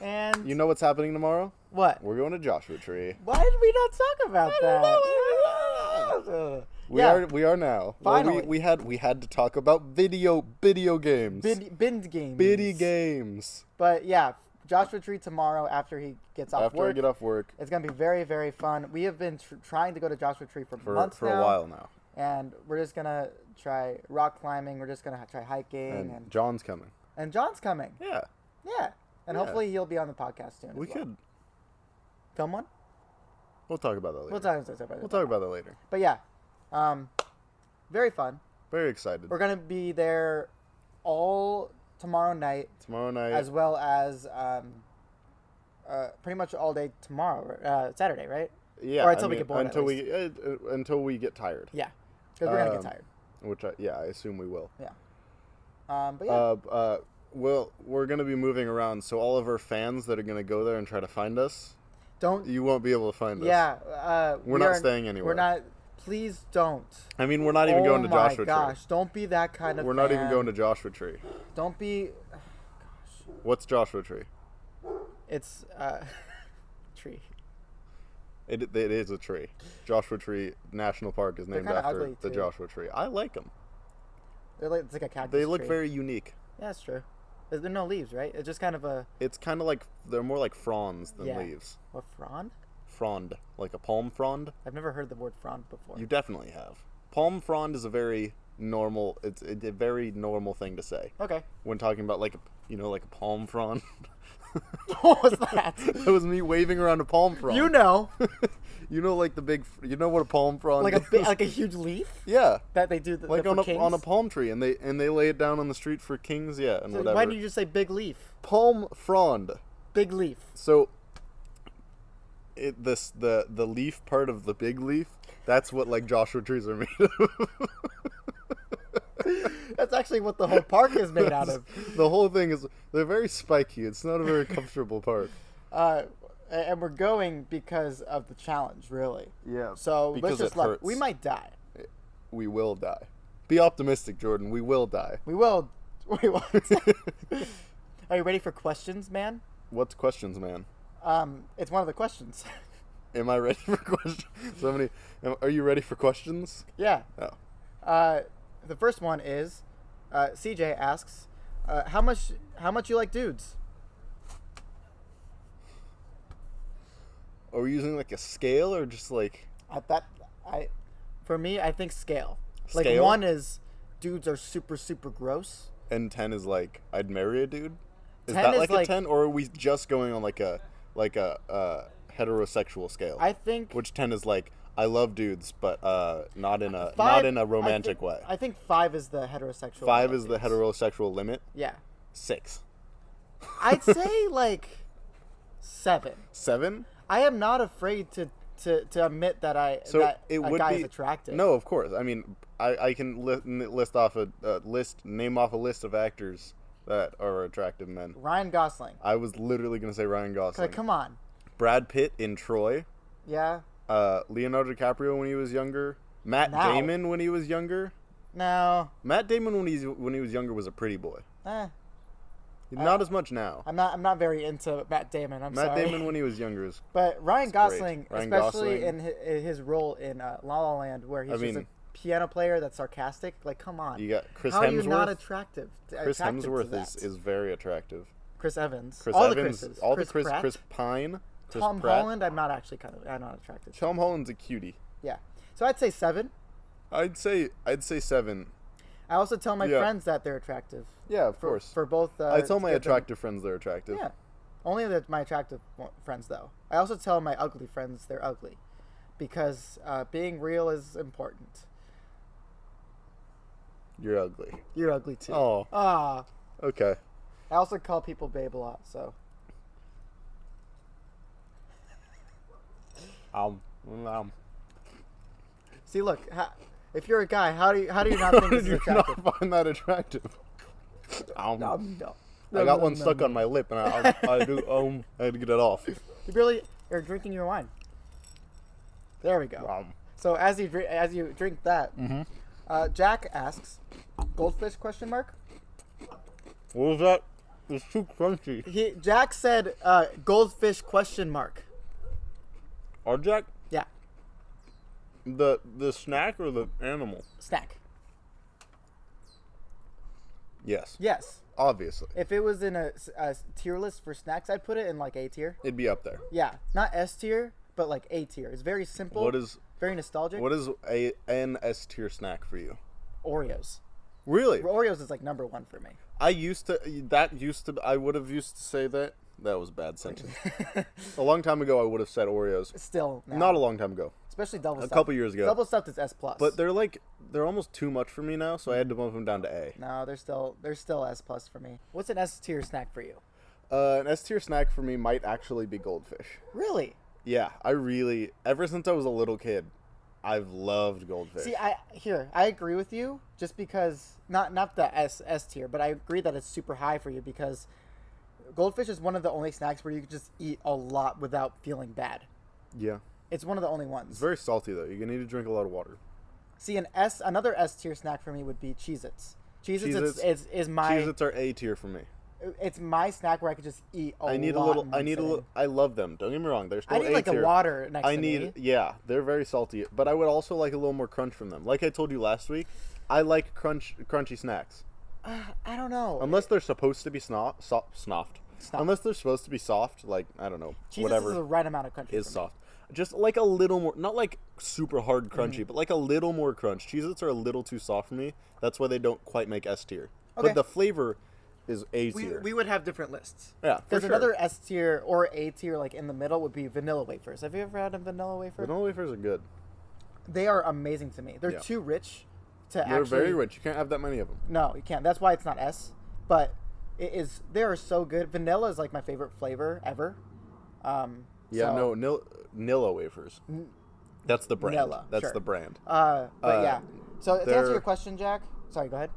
B: and
A: You know what's happening tomorrow?
B: what?
A: We're going to Joshua Tree.
B: Why did we not talk about that? Ugh.
A: We
B: yeah.
A: are we are now. Well,
B: Finally.
A: we, we had we had to talk about video video games.
B: Bid, bind games.
A: Bitty games.
B: But yeah, Joshua Tree tomorrow after he gets off
A: After
B: work.
A: I get off work
B: It's gonna be very, very fun. We have been tr- trying to go to Joshua Tree for,
A: for,
B: months
A: for
B: now,
A: a while now.
B: and we're just gonna try rock climbing. We're just gonna ha- try hiking, and,
A: And
B: and,
A: John's coming.
B: John's coming.
A: Yeah.
B: Yeah, and
A: Yeah.
B: hopefully he'll be on the podcast soon.
A: We
B: as well.
A: could
B: film one.
A: we'll talk about that later.
B: We'll talk about that.
A: We'll talk about that later.
B: But yeah, um, very fun.
A: Very excited.
B: We're gonna be there all tomorrow night,
A: Tomorrow night
B: as well as um, uh, pretty much all day tomorrow, uh, Saturday, right?
A: yeah,
B: or
A: I
B: until we
A: mean,
B: get bored, at
A: Until we uh, uh, until we get tired.
B: Yeah, because we're gonna
A: Um,
B: get tired.
A: Which I, yeah, I assume we will.
B: Yeah. Um, but yeah.
A: Uh, uh well, we're going to be moving around, so all of our fans that are going to go there and try to find us,
B: Don't.
A: you won't be able to find us.
B: Yeah. Uh,
A: We're
B: we
A: not
B: are-
A: staying
B: We're
A: anywhere.
B: not. Please don't.
A: I mean, we're not even
B: oh
A: going to
B: my
A: Joshua
B: gosh! Don't be that kind
A: Tree.
B: of.
A: We're not even
B: fan.
A: going to Joshua Tree.
B: Don't be.
A: What's Joshua Tree?
B: It's uh, tree.
A: It, it is a tree. Joshua Tree National Park is named
B: kinda
A: after
B: ugly,
A: the
B: too.
A: Joshua Tree. I like them.
B: They're like it's like a cactus.
A: They look
B: tree.
A: very unique.
B: Yeah, that's true. There's there are no leaves, right? It's just kind of a
A: It's kind of like they're more like fronds than
B: Yeah.
A: leaves.
B: what frond?
A: frond, like a palm frond.
B: I've never heard the word frond before.
A: You definitely have. Palm frond is a very normal. It's a, a very normal thing to say
B: okay.
A: when talking about like you know like a palm frond.
B: What was that?
A: that was me waving around a palm frond.
B: you know,
A: you know, like the big. fr- You know what a palm frond
B: like a
A: is?
B: bi- like a huge leaf
A: yeah,
B: that they do the,
A: like
B: the,
A: on
B: for
A: a
B: kings.
A: on a palm tree, and they and they lay it down on the street for kings. Yeah, and
B: So
A: whatever.
B: Why did you just say big leaf?
A: palm frond?
B: Big leaf.
A: So, it this the the leaf part of the big leaf. That's what like Joshua trees are made of.
B: That's actually what the whole park is made out of.
A: the whole thing is they're very spiky. It's not a very comfortable part.
B: Uh, a- and we're going because of the challenge, really.
A: Yeah.
B: So
A: Because
B: let's just
A: it
B: let
A: hurts.
B: we might die.
A: We will die. Be optimistic, Jordan. We will die.
B: We will. Wait, what? Are you ready for questions, man?
A: What's questions, man?
B: Um, it's one of the questions.
A: Am I ready for questions? So many. Am, are you ready for questions?
B: yeah.
A: Oh.
B: Uh, the first one is uh, CJ asks, uh, "How much? How much you like dudes?"
A: Are we using like a scale or just like
B: At that, I, for me, I think scale. Like
A: Scale?
B: one is, dudes are super super gross.
A: and ten is like I'd marry a dude? Is
B: 10
A: that
B: is
A: like,
B: like-
A: a ten, or are we just going on like a like a uh, heterosexual scale?
B: I think
A: Which ten is like I love dudes, but uh, not in a
B: five-
A: not in
B: I
A: a romantic
B: think-
A: way.
B: I think five is the heterosexual.
A: Five
B: one,
A: is the
B: dudes.
A: heterosexual limit.
B: Yeah,
A: Six,
B: I'd say like seven.
A: seven.
B: I am not afraid to to, to admit that I
A: So
B: that
A: it
B: a
A: would
B: guy
A: be
B: is attractive.
A: No, of course. I mean, I, I can li- n- list off a uh, list, name off a list of actors that are attractive men.
B: Ryan Gosling.
A: I was literally gonna say Ryan Gosling,
B: Like, come on.
A: Brad Pitt in Troy,
B: Yeah.
A: uh, Leonardo DiCaprio when he was younger, Matt
B: Now.
A: Damon when he was younger.
B: No.
A: Matt Damon when he's when he was younger was a pretty boy.
B: Eh,
A: Not as much now.
B: I'm not. I'm not very into Matt Damon. I'm
A: Matt
B: sorry.
A: Damon when he was younger is
B: But Ryan
A: great.
B: Gosling,
A: Ryan
B: especially
A: Gosling.
B: in hi- in his, role in uh, La La Land, where he's
A: I
B: just
A: mean-
B: a piano player that's sarcastic. Like, come on.
A: you got Chris
B: How are you not
A: Hemsworth.
B: attractive?
A: Chris
B: attracted to
A: Hemsworth
B: that?
A: is, is very attractive.
B: Chris Evans.
A: Chris
B: all the
A: Evans,
B: Chris's.
A: all
B: Chris
A: the Chris
B: Pratt.
A: Chris Pine, Chris
B: Tom
A: Pratt.
B: Holland. I'm not actually kind of. I'm not attracted. to.
A: Tom Holland's a cutie.
B: Yeah. So I'd say seven.
A: I'd say I'd say seven.
B: I also tell my
A: Yeah.
B: friends that they're attractive.
A: Yeah, of
B: For,
A: course.
B: For both. Uh,
A: I tell my
B: give them-
A: attractive friends they're attractive.
B: Yeah. Only that my attractive mo- friends though. I also tell my ugly friends they're ugly, because uh, being real is important.
A: You're ugly.
B: You're ugly too.
A: Oh,
B: Ah.
A: okay.
B: I also call people babe a lot, so
A: Um, um.
B: see, look, ha- if you're a guy, how do you how do you not think this
A: Did
B: is
A: you
B: attractive?
A: not find that attractive? Um,
B: Um, no.
A: I got
B: No,
A: one
B: no,
A: stuck
B: no.
A: on my lip, and I, I, I do. Um, I had to get it off.
B: You really are drinking your wine. There we go.
A: Um,
B: So as you dri- as you drink that,
A: Mm-hmm.
B: uh, Jack asks, "Goldfish?" Question mark.
A: what was that? It's too crunchy.
B: He Jack said, uh, "Goldfish?" Question mark.
A: Are Jack
B: Yeah,
A: the the snack or the animal?
B: snack.
A: Yes,
B: Yes.
A: obviously,
B: If it was in a, s- a s- tier list for snacks, I'd put it in like A tier.
A: it'd be up there.
B: Yeah, not S tier, but like A tier. It's very simple.
A: What is
B: very nostalgic?
A: what is a an S tier snack for you?
B: Oreos.
A: Really?
B: Oreos is like number one for me.
A: I used to that used to I would have used to say that. That was a bad sentence. a long time ago I would have said Oreos.
B: Still, now.
A: Not a long time ago.
B: especially double.
A: A
B: stuffed.
A: couple years ago.
B: Double stuffed is S plus.
A: But they're like they're almost too much for me now, so I had to bump them down to A.
B: no, they're still they're still S plus for me. What's an S tier snack for you?
A: Uh, an S tier snack for me might actually be goldfish.
B: Really?
A: Yeah, I really ever since I was a little kid, I've loved goldfish.
B: See, I here I agree with you just because not not the S S tier, but I agree that it's super high for you because goldfish is one of the only snacks where you can just eat a lot without feeling bad.
A: yeah.
B: It's one of the only ones.
A: It's very salty though. You're gonna need to drink a lot of water.
B: See, an S another S tier snack for me would be Cheez-Its. Cheez-Its is,
A: Cheez-Its-
B: is, is my
A: Cheez Its are A tier for me.
B: it's my snack where I could just eat a lot.
A: I need a little I need a little I love them. Don't get me wrong. They're still
B: I need
A: A
B: like
A: tier.
B: a water next
A: I
B: to
A: need,
B: me.
A: yeah, they're very salty, but I would also like a little more crunch from them. Like I told you last week, I like crunch, crunchy snacks,
B: I don't know.
A: unless they're supposed to be snoff, so, snoffed.
B: Snoffed.
A: Unless they're supposed to be soft, like I don't know,
B: Cheez-Its is
A: whatever
B: the right amount of country.
A: is
B: for me.
A: soft. just like a little more, not like super hard
B: Mm-hmm.
A: crunchy, but like a little more crunch. Cheez Its are a little too soft for me. That's why they don't quite make S tier.
B: Okay.
A: But the flavor is A
C: We,
A: tier.
C: we would have different lists.
A: yeah, for
B: There's
A: sure.
B: another S tier or A tier, like in the middle, would be vanilla wafers. Have you ever had a vanilla wafer?
A: Vanilla wafers are good.
B: They are amazing to me. They're
A: Yeah.
B: too rich to
A: They're
B: actually.
A: very rich. You can't have that many of them.
B: No, you can't. That's why it's not S. But it is. They are so good. Vanilla is like my favorite flavor ever. Um,
A: Yeah,
B: so,
A: no, nil, Nilla wafers. That's the brand.
B: Nilla,
A: That's
B: sure.
A: the brand.
B: Uh, but
A: Uh,
B: yeah. So to answer
A: they're-
B: your question, Jack. Sorry, go ahead.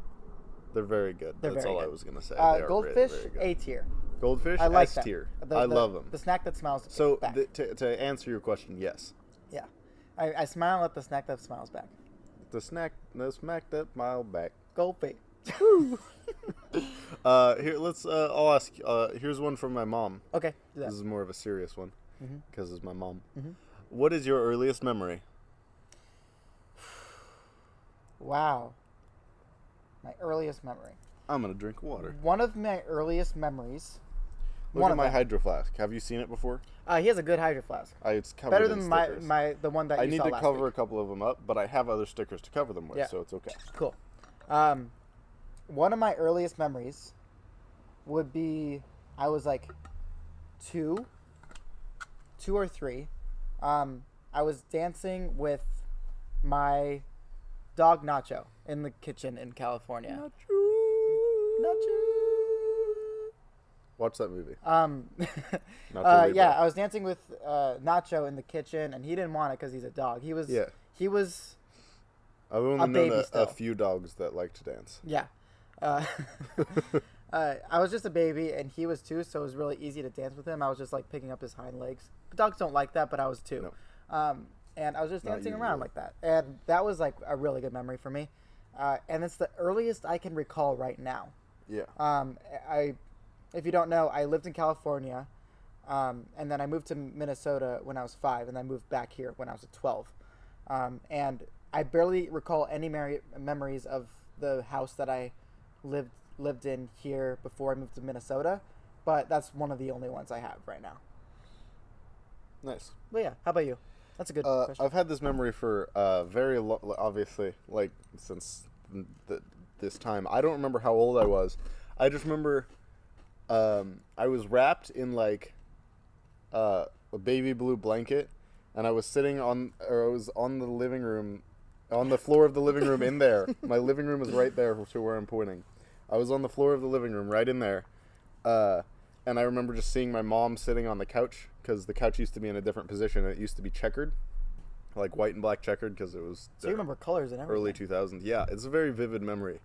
A: They're very good.
B: They're
A: That's
B: very
A: all I
B: good.
A: was gonna say. They are
B: Uh,
A: ve-
B: goldfish,
A: very good.
B: A tier.
A: goldfish.
B: I like
A: S
B: that.
A: tier.
B: The-
A: I
B: the-
A: love them.
B: The snack that smiles.
A: so
B: back.
A: th- to, to answer your question, yes,
B: yeah, I, I smile at the snack that smiles back.
A: the snack, the smack that mile back.
B: Goldfish.
A: Uh, here, let's. Uh, I'll ask. Uh, here's one from my mom.
B: Okay. do that.
A: This is more of a serious one
B: Mm-hmm.
A: because it's my mom. What is your earliest memory?
B: Wow. My earliest memory.
A: I'm gonna drink water.
B: One of my earliest memories.
A: Look
B: one
A: at
B: of
A: my
B: them.
A: hydro flask. Have you seen it before?
B: Uh, he has a good hydro flask.
A: I, it's covered
B: Better
A: in
B: than my,
A: stickers.
B: my the one that
A: I
B: you
A: need
B: saw
A: to
B: last
A: cover
B: week.
A: a couple of them up, but I have other stickers to cover them with,
B: Yeah.
A: so it's okay.
B: Cool. Um, one of my earliest memories would be I was like two, two or three. Um, I was dancing with my dog Nacho in the kitchen in California. Nacho.
A: Watch that movie.
B: Um, uh,
A: Nacho Libre.
B: yeah, I was dancing with uh, Nacho in the kitchen, and he didn't want it because he's a dog. He was,
A: Yeah.
B: he was,
A: I've only known
B: baby
A: a, a
B: still.
A: few dogs that like to dance.
B: yeah. Uh, uh, I was just a baby, and he was too, so it was really easy to dance with him. I was just like picking up his hind legs. Dogs don't like that, but I was two. Um, and I was just
A: Not
B: dancing
A: usually.
B: around like that, and that was like a really good memory for me. Uh, and it's the earliest I can recall right now.
A: Yeah.
B: Um, I, if you don't know, I lived in California, um, and then I moved to Minnesota when I was five, and I moved back here when I was twelve, um, and I barely recall any mer- memories of the house that I lived lived in here before I moved to Minnesota, but that's one of the only ones I have right now.
A: nice.
B: But yeah, how about you? That's a good
A: Uh,
B: question.
A: I've had this memory for uh, very long, obviously, like since th- this time. I don't remember how old I was. I just remember um, I was wrapped in like uh, a baby blue blanket, and I was sitting on, or I was on the living room, on the floor of the living room in there. My living room is right there to where I'm pointing. I was on the floor of the living room, right in there. Uh, and I remember just seeing my mom sitting on the couch because the couch used to be in a different position. and It used to be checkered, like white and black checkered, because it was
B: so you remember colors and everything.
A: early 2000s. Yeah, it's a very vivid memory.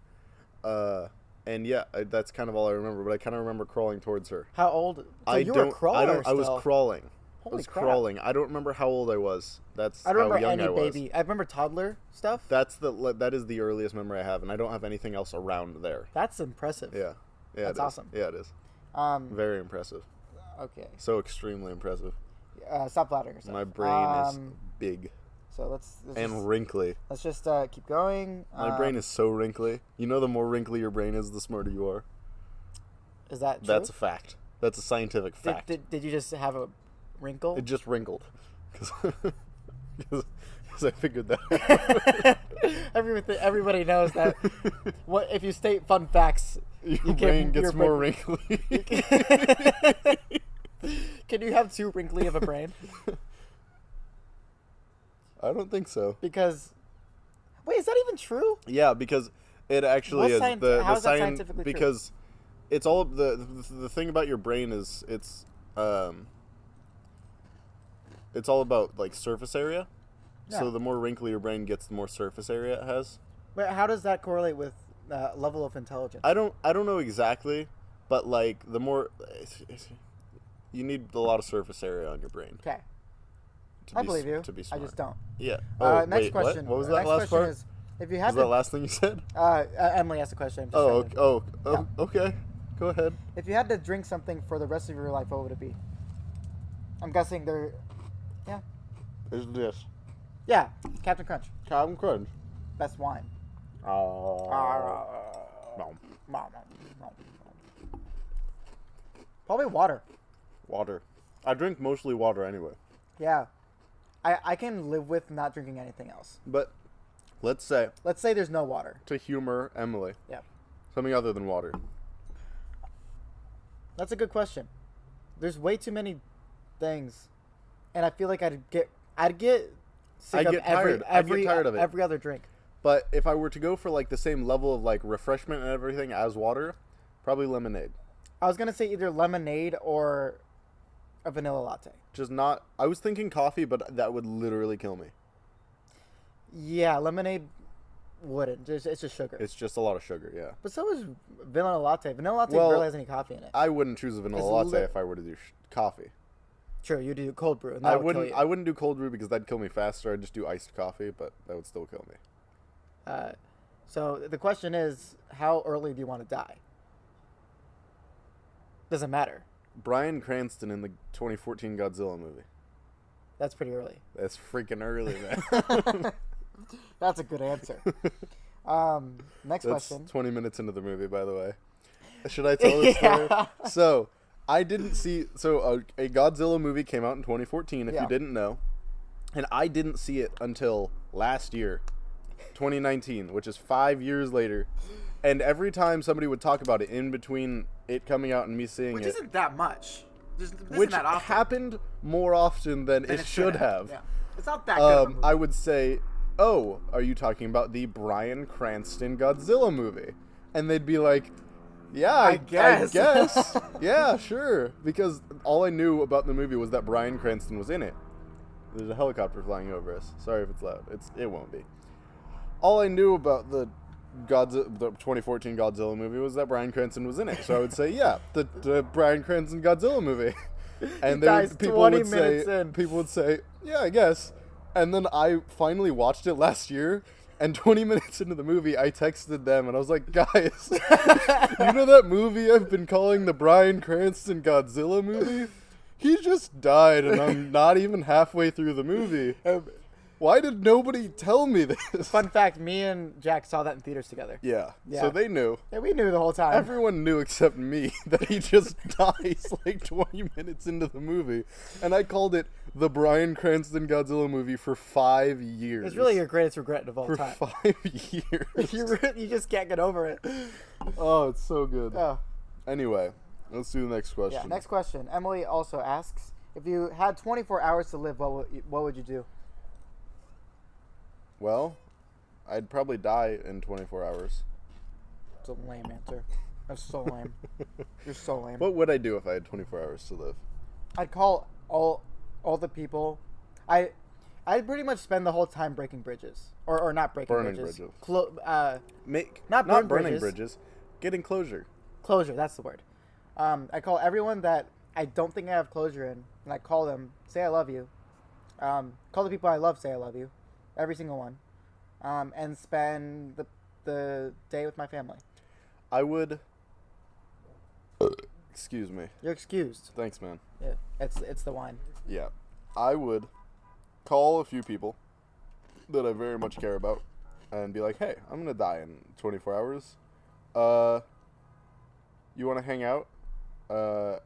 A: Uh, and yeah, I, that's kind of all I remember. But I kind of remember crawling towards her.
B: How old? So
A: I
B: you
A: don't.
B: were a crawler
A: I don't. I was
B: still.
A: crawling. I
B: Holy
A: was
B: crap.
A: crawling. I don't remember how old I was. That's
B: I don't
A: how
B: remember
A: young
B: any
A: I was.
B: baby. I remember toddler stuff.
A: That's the le- that is the earliest memory I have, and I don't have anything else around there.
B: That's impressive.
A: Yeah, yeah, it
B: That's
A: is.
B: awesome.
A: Yeah, it is
B: Um,
A: very impressive.
B: okay.
A: So extremely impressive.
B: Uh, stop flattering yourself.
A: My brain is
B: Um,
A: big
B: So let's let's
A: and
B: just,
A: wrinkly.
B: let's just uh, keep going.
A: My
B: Um,
A: brain is so wrinkly. You know, the more wrinkly your brain is, the smarter you are.
B: Is that true?
A: That's a fact. That's a scientific
B: Did-
A: fact.
B: Did, did, you just have a wrinkle?
A: It just wrinkled. Because I figured that
B: Everybody, everybody knows that.
A: out.
B: what if you state fun facts?
A: your
B: can't-
A: brain
B: your
A: gets
B: brain-
A: more wrinkly.
B: Can you have too wrinkly of a brain?
A: I don't think so.
B: Because wait, is that even true?
A: Yeah, because it actually
B: What
A: is
B: scien-
A: the,
B: how
A: the
B: is that
A: scien-
B: scientifically true?
A: because it's all the, the the thing about your brain is it's um it's all about like surface area. So
B: Yeah.
A: the more wrinkly your brain gets, the more surface area it has.
B: But how does that correlate with uh, level of intelligence?
A: I don't I don't know exactly, but like the more it's- it's- you need a lot of surface area on your brain.
B: okay,
A: To
B: I
A: be, s-
B: believe you.
A: To be
B: I
A: smart.
B: just don't.
A: Yeah.
B: uh,
A: Oh,
B: next
A: wait, what?
B: question.
A: What, was that
B: next
A: last
B: question
A: part?
B: Is, if you
A: was
B: had
A: that
B: to,
A: last thing you said?
B: uh, uh, Emily asked a question. I'm just
A: Oh,
B: trying
A: okay,
B: to-
A: oh, oh, okay. Go ahead.
B: If you had to drink something for the rest of your life, what would it be? I'm guessing they're. Yeah.
A: Is this
B: Yeah, Captain Crunch.
A: Captain Crunch?
B: Best wine. Uh,
A: Oh.
B: Probably water.
A: Water. I drink mostly water anyway.
B: Yeah. I, I can live with not drinking anything else.
A: But let's say
B: Let's say there's no water.
A: to humor Emily,
B: Yeah.
A: something other than water.
B: That's a good question. There's way too many things, and I feel like I'd get I'd get sick
A: I'd
B: of
A: get
B: every
A: tired. I'd get
B: every
A: tired of it.
B: every other drink.
A: But if I were to go for like the same level of like refreshment and everything as water, probably lemonade.
B: I was gonna say either lemonade or a vanilla latte.
A: Just not. I was thinking coffee, but that would literally kill me.
B: Yeah, lemonade wouldn't. Just it's just sugar.
A: It's just a lot of sugar. Yeah.
B: but so is vanilla latte. Vanilla latte
A: Well-
B: barely has any coffee in it.
A: I wouldn't choose a vanilla
B: It's
A: latte
B: lit-
A: if I were to do sh- coffee.
B: True, you do cold brew. And that
A: I
B: would kill
A: wouldn't.
B: you.
A: I wouldn't do cold brew because that'd kill me faster. I'd just do iced coffee, but that would still kill me.
B: Uh, so the question is, how early do you want to die? Doesn't matter.
A: Brian Cranston in the 2014 Godzilla movie.
B: That's pretty early.
A: That's freaking early, man.
B: That's a good answer. um, next
A: That's
B: question.
A: 20 minutes into the movie, by the way. Should I tell this
B: Yeah.
A: story? So, I didn't see. So, a, a Godzilla movie came out in 2014, if
B: Yeah.
A: you didn't know. And I didn't see it until last year, 2019, which is five years later. And every time somebody would talk about it in between it coming out and me seeing
C: Which
A: it,
C: isn't that much. There's, this isn't
A: which
C: that often.
A: happened more often than
C: than
A: it should have.
C: Yeah. It's not that good. of a
A: um,
C: movie.
A: I would say, "Oh, are you talking about the Brian Cranston Godzilla movie?" And they'd be like, "Yeah, I, I
C: guess."
A: guess. yeah, sure." Because all I knew about the movie was that Brian Cranston was in it. There's a helicopter flying over us. Sorry if it's loud. It's it won't be. All I knew about the Godzilla, the 2014 Godzilla movie was that Brian Cranston was in it. So I would say, "Yeah, the, the Brian Cranston Godzilla movie." And
B: He
A: there,
B: dies
A: people
B: 20
A: would
B: minutes
A: say,
B: in.
A: people would say, "Yeah, I guess." And then I finally watched it last year, and 20 minutes into the movie, I texted them and I was like, "Guys, you know that movie I've been calling the Brian Cranston Godzilla movie? He just died, and I'm not even halfway through the movie. Why did nobody tell me this?"
B: Fun fact: Me and Jack saw that in theaters together. Yeah,
A: Yeah.
B: Yeah.
A: So they knew.
B: we knew the whole time.
A: Everyone knew except me that he just dies like 20 minutes into the movie. And I called it the Brian Cranston Godzilla movie for five years.
B: it's really your greatest regret of all
A: for
B: time.
A: five years.
B: you re- you just can't get over it.
A: oh, it's so good.
B: Oh,
A: Anyway, let's do the next question.
B: yeah. Next question. Emily also asks: If you had 24 hours to live, what would you, what would you do?
A: Well, I'd probably die in 24 hours.
B: It's a lame answer. That's so lame. You're so lame.
A: What would I do if I had 24 hours to live?
B: I'd call all all the people. I I'd pretty much spend the whole time breaking bridges, or or not breaking
A: Burning
B: bridges.
A: bridges.
B: Clo- uh,
A: Make
B: Not burn
A: burning
B: bridges.
A: bridges. Get enclosure.
B: closure. That's the word. Um, I call everyone that I don't think I have closure in, and I call them, say I love you. Um, call the people I love, say I love you, every single one, um, and spend the the day with my family.
A: I would. Excuse me.
B: You're excused.
A: Thanks, man.
B: Yeah, it's it's the wine.
A: Yeah. I would call a few people that I very much care about and be like, hey, I'm going to die in 24 hours. Uh, you want to hang out? Uh,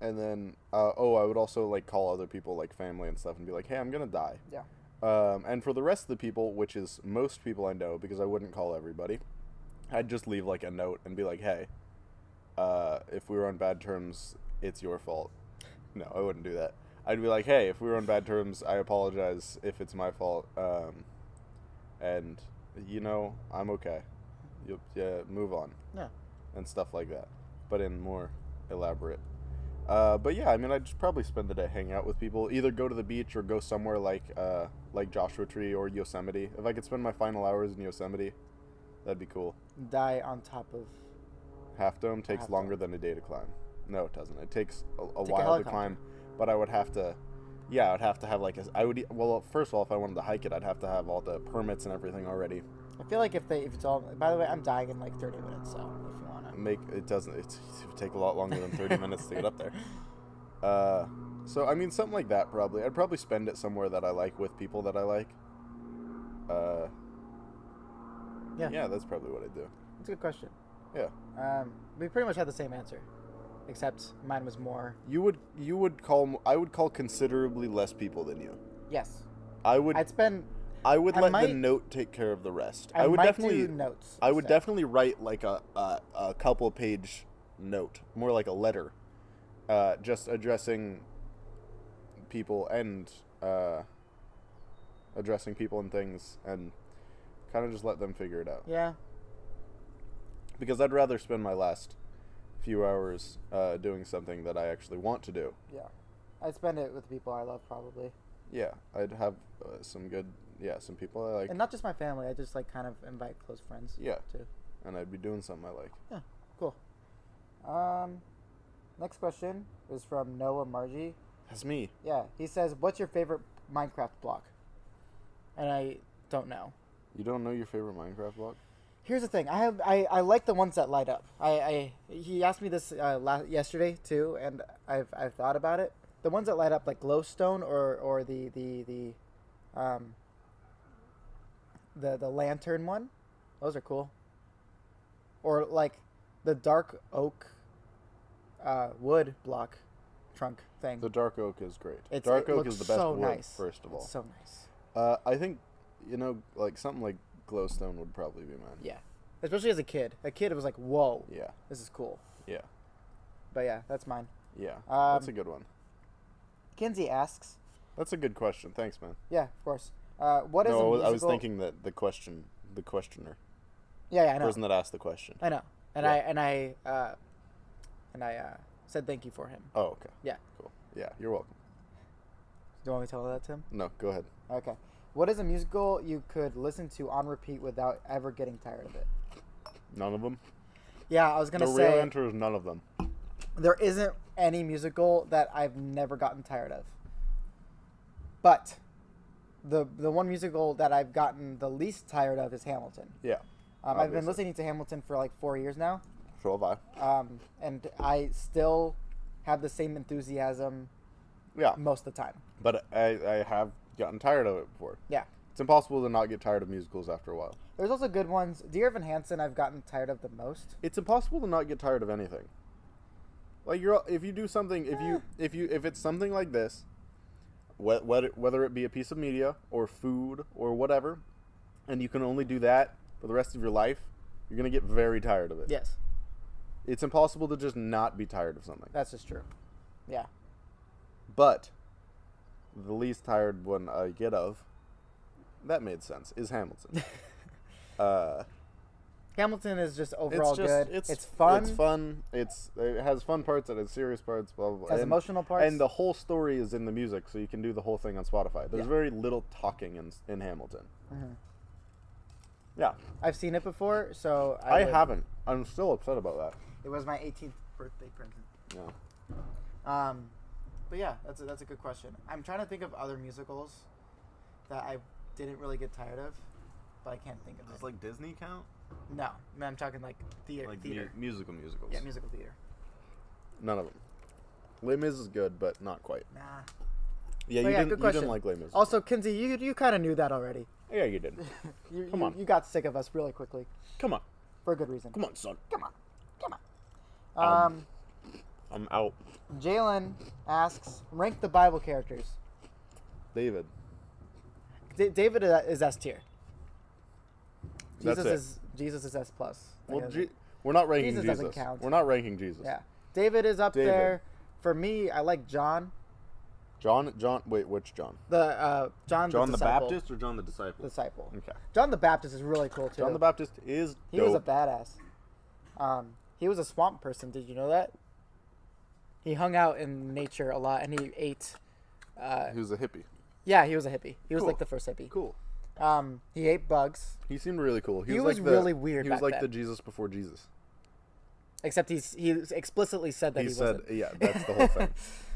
A: and then, uh, oh, I would also like call other people, like family and stuff, and be like, hey, I'm going to die.
B: Yeah.
A: Um, and for the rest of the people, which is most people I know, because I wouldn't call everybody, I'd just leave like a note and be like, hey, uh, if we were on bad terms, it's your fault. No, I wouldn't do that. I'd be like, hey, if we were on bad terms, I apologize if it's my fault. Um, and, you know, I'm okay. You, yeah, move on.
B: Yeah.
A: And stuff like that. But in more elaborate. Uh, but yeah, I mean, I'd just probably spend the day hanging out with people. Either go to the beach or go somewhere like uh, like Joshua Tree or Yosemite. If I could spend my final hours in Yosemite, that'd be cool.
B: Die on top of.
A: Half Dome takes
B: Half Dome.
A: longer than a day to climb. No, it doesn't. It takes a, a
B: Take a
A: while to
B: helicopter.
A: climb, but I would have to. Yeah, I'd have to have like a. I would e- well, first of all, if I wanted to hike it, I'd have to have all the permits and everything already.
B: I feel like if they if it's all. By the way, I'm dying in like 30 minutes, so if you wanna.
A: Make it doesn't. It's, it would take a lot longer than thirty minutes to get up there. Uh, so I mean, something like that probably. I'd probably spend it somewhere that I like with people that I like. Uh,
B: Yeah.
A: yeah, that's probably what I'd do.
B: That's a good question.
A: Yeah.
B: Um, we pretty much had the same answer, except mine was more.
A: You would you would call m- I would call considerably less people than you.
B: Yes,
A: I would.
B: I'd spend.
A: I would
B: I
A: let the
B: might-
A: note take care of the rest.
B: I,
A: I, would
B: might
A: definitely.
B: do notes.
A: I would
B: instead.
A: definitely write like a, a a couple page note, more like a letter, uh, just addressing people and uh, addressing people and things, and kind of just let them figure it out.
B: Yeah,
A: Because I'd rather spend my last few hours uh, doing something that I actually want to do.
B: yeah. I'd spend it with people I love probably,
A: Yeah, I'd have uh, some good. Yeah, some people I like,
B: and not just my family. I just like kind of invite close friends.
A: Yeah.
B: Too.
A: and I'd be doing something I like.
B: Yeah. Cool. Um, next question is from Noah Margie.
A: That's me.
B: Yeah, he says, "What's your favorite Minecraft block?" And I don't know.
A: You don't know your favorite Minecraft block?
B: Here's the thing. I have I, I like the ones that light up. I, I he asked me this uh, la yesterday too, and I've I've thought about it. The ones that light up like glowstone or or the the the, um. The the lantern one, those are cool. Or like, the dark oak. Uh, wood block, trunk thing.
A: The dark oak is great.
B: It's,
A: dark
B: it
A: oak
B: looks
A: is the best
B: so
A: wood,
B: nice.
A: first of all.
B: it's so nice.
A: uh, I think, you know, like something like glowstone would probably be mine.
B: Yeah, especially as a kid. A kid, it was like, whoa,
A: Yeah,
B: this is cool.
A: yeah,
B: But yeah, that's mine.
A: yeah. That's
B: Um,
A: a good one.
B: Kinsey asks,
A: That's a good question. Thanks, man.
B: yeah, of course. Uh, what is
A: no, I
B: a
A: was, I was
B: musical-
A: thinking that the question, the questioner,
B: Yeah, yeah, I know.
A: person that asked the question.
B: I know, and
A: Yeah.
B: I and I uh, and I uh, said thank you for him.
A: Oh, okay.
B: Yeah.
A: Cool. Yeah, you're welcome.
B: Do you want me to tell that to him?
A: No, go ahead.
B: Okay. What is a musical you could listen to on repeat without ever getting tired of it?
A: None of them.
B: Yeah, I was
A: The
B: gonna
A: real
B: say
A: answer is none of them.
B: there isn't any musical that I've never gotten tired of. But the the one musical that I've gotten the least tired of is Hamilton.
A: Yeah.
B: Um, I've been
A: Obviously.
B: listening to Hamilton for like four years now,
A: So have I.
B: um, and I still have the same enthusiasm
A: Yeah,
B: most of the time.
A: but I, I have gotten tired of it before.
B: Yeah.
A: It's impossible to not get tired of musicals after a while.
B: There's also good ones. Dear Evan Hansen, I've gotten tired of the most.
A: it's impossible to not get tired of anything. Like you're if you do something if you if you if it's something like this, wh- whether whether it be a piece of media or food or whatever, and you can only do that for the rest of your life, you're gonna get very tired of it.
B: Yes,
A: It's impossible to just not be tired of something.
B: that's just true. Yeah.
A: But the least tired one I get of, that made sense, is Hamilton. uh,
B: Hamilton is just
A: it's
B: overall
A: just
B: good.
A: it's
B: It's, fun.
A: It's fun. It's it has fun parts. It has serious parts. Blah blah. blah.
B: It has
A: And-
B: emotional parts.
A: And the whole story is in the music, so you can do the whole thing on Spotify. There's
B: Yeah.
A: very little talking in in Hamilton.
B: Mhm.
A: Yeah,
B: I've seen it before, so
A: I,
B: I, would-
A: haven't. I'm still upset about that.
B: It was my 18th birthday present.
A: Yeah.
B: Um, but yeah, that's a, that's a good question. I'm trying to think of other musicals that I didn't really get tired of, but I can't think of it.
C: like Disney count?
B: no, no, I'm talking like theater, theater.
A: musical musicals.
B: yeah, musical theater.
A: None of them. Les Mis is good, but not quite.
B: Nah.
A: Yeah,
B: But
A: you,
B: Oh, yeah,
A: didn't,
B: good
A: you didn't
B: question.
A: like Les Mis.
B: Also, Kinsey, you you kind of knew that already.
A: yeah, you did.
B: You,
A: Come
B: you,
A: on.
B: you got sick of us really quickly
A: Come on,
B: for a good reason.
A: come on, son.
B: Come on, come on.
A: Um,
B: Um,
A: I'm out.
B: Jalen asks, rank the Bible characters.
A: David.
B: D- David is- is S tier.
A: That's
B: Jesus
A: it.
B: is Jesus is S plus. Like,
A: Well,
B: I-
A: Je- we're not ranking Jesus.
B: Jesus doesn't count.
A: We're not ranking Jesus.
B: Yeah. David is up
A: David.
B: there. For me, I like John.
A: John. John. Wait, which John?
B: The uh, John,
A: John the,
B: disciple-
A: Baptist or John the disciple?
B: Disciple.
A: Okay.
B: John the Baptist is really cool too.
A: John the Baptist is
B: He
A: dope.
B: was a badass. Um, he was a swamp person. Did you know that? He hung out in nature a lot, and he ate. Uh,
A: He was a hippie.
B: yeah, he was a hippie. He was
A: Cool.
B: like the first hippie.
A: Cool.
B: Um, he ate bugs,
A: He seemed really cool. He,
B: He
A: was,
B: was
A: like the,
B: really weird
A: He was
B: back
A: like
B: then.
A: the Jesus before Jesus.
B: except he's he explicitly said that
A: He,
B: he,
A: said,
B: wasn't.
A: "Yeah, that's the whole thing."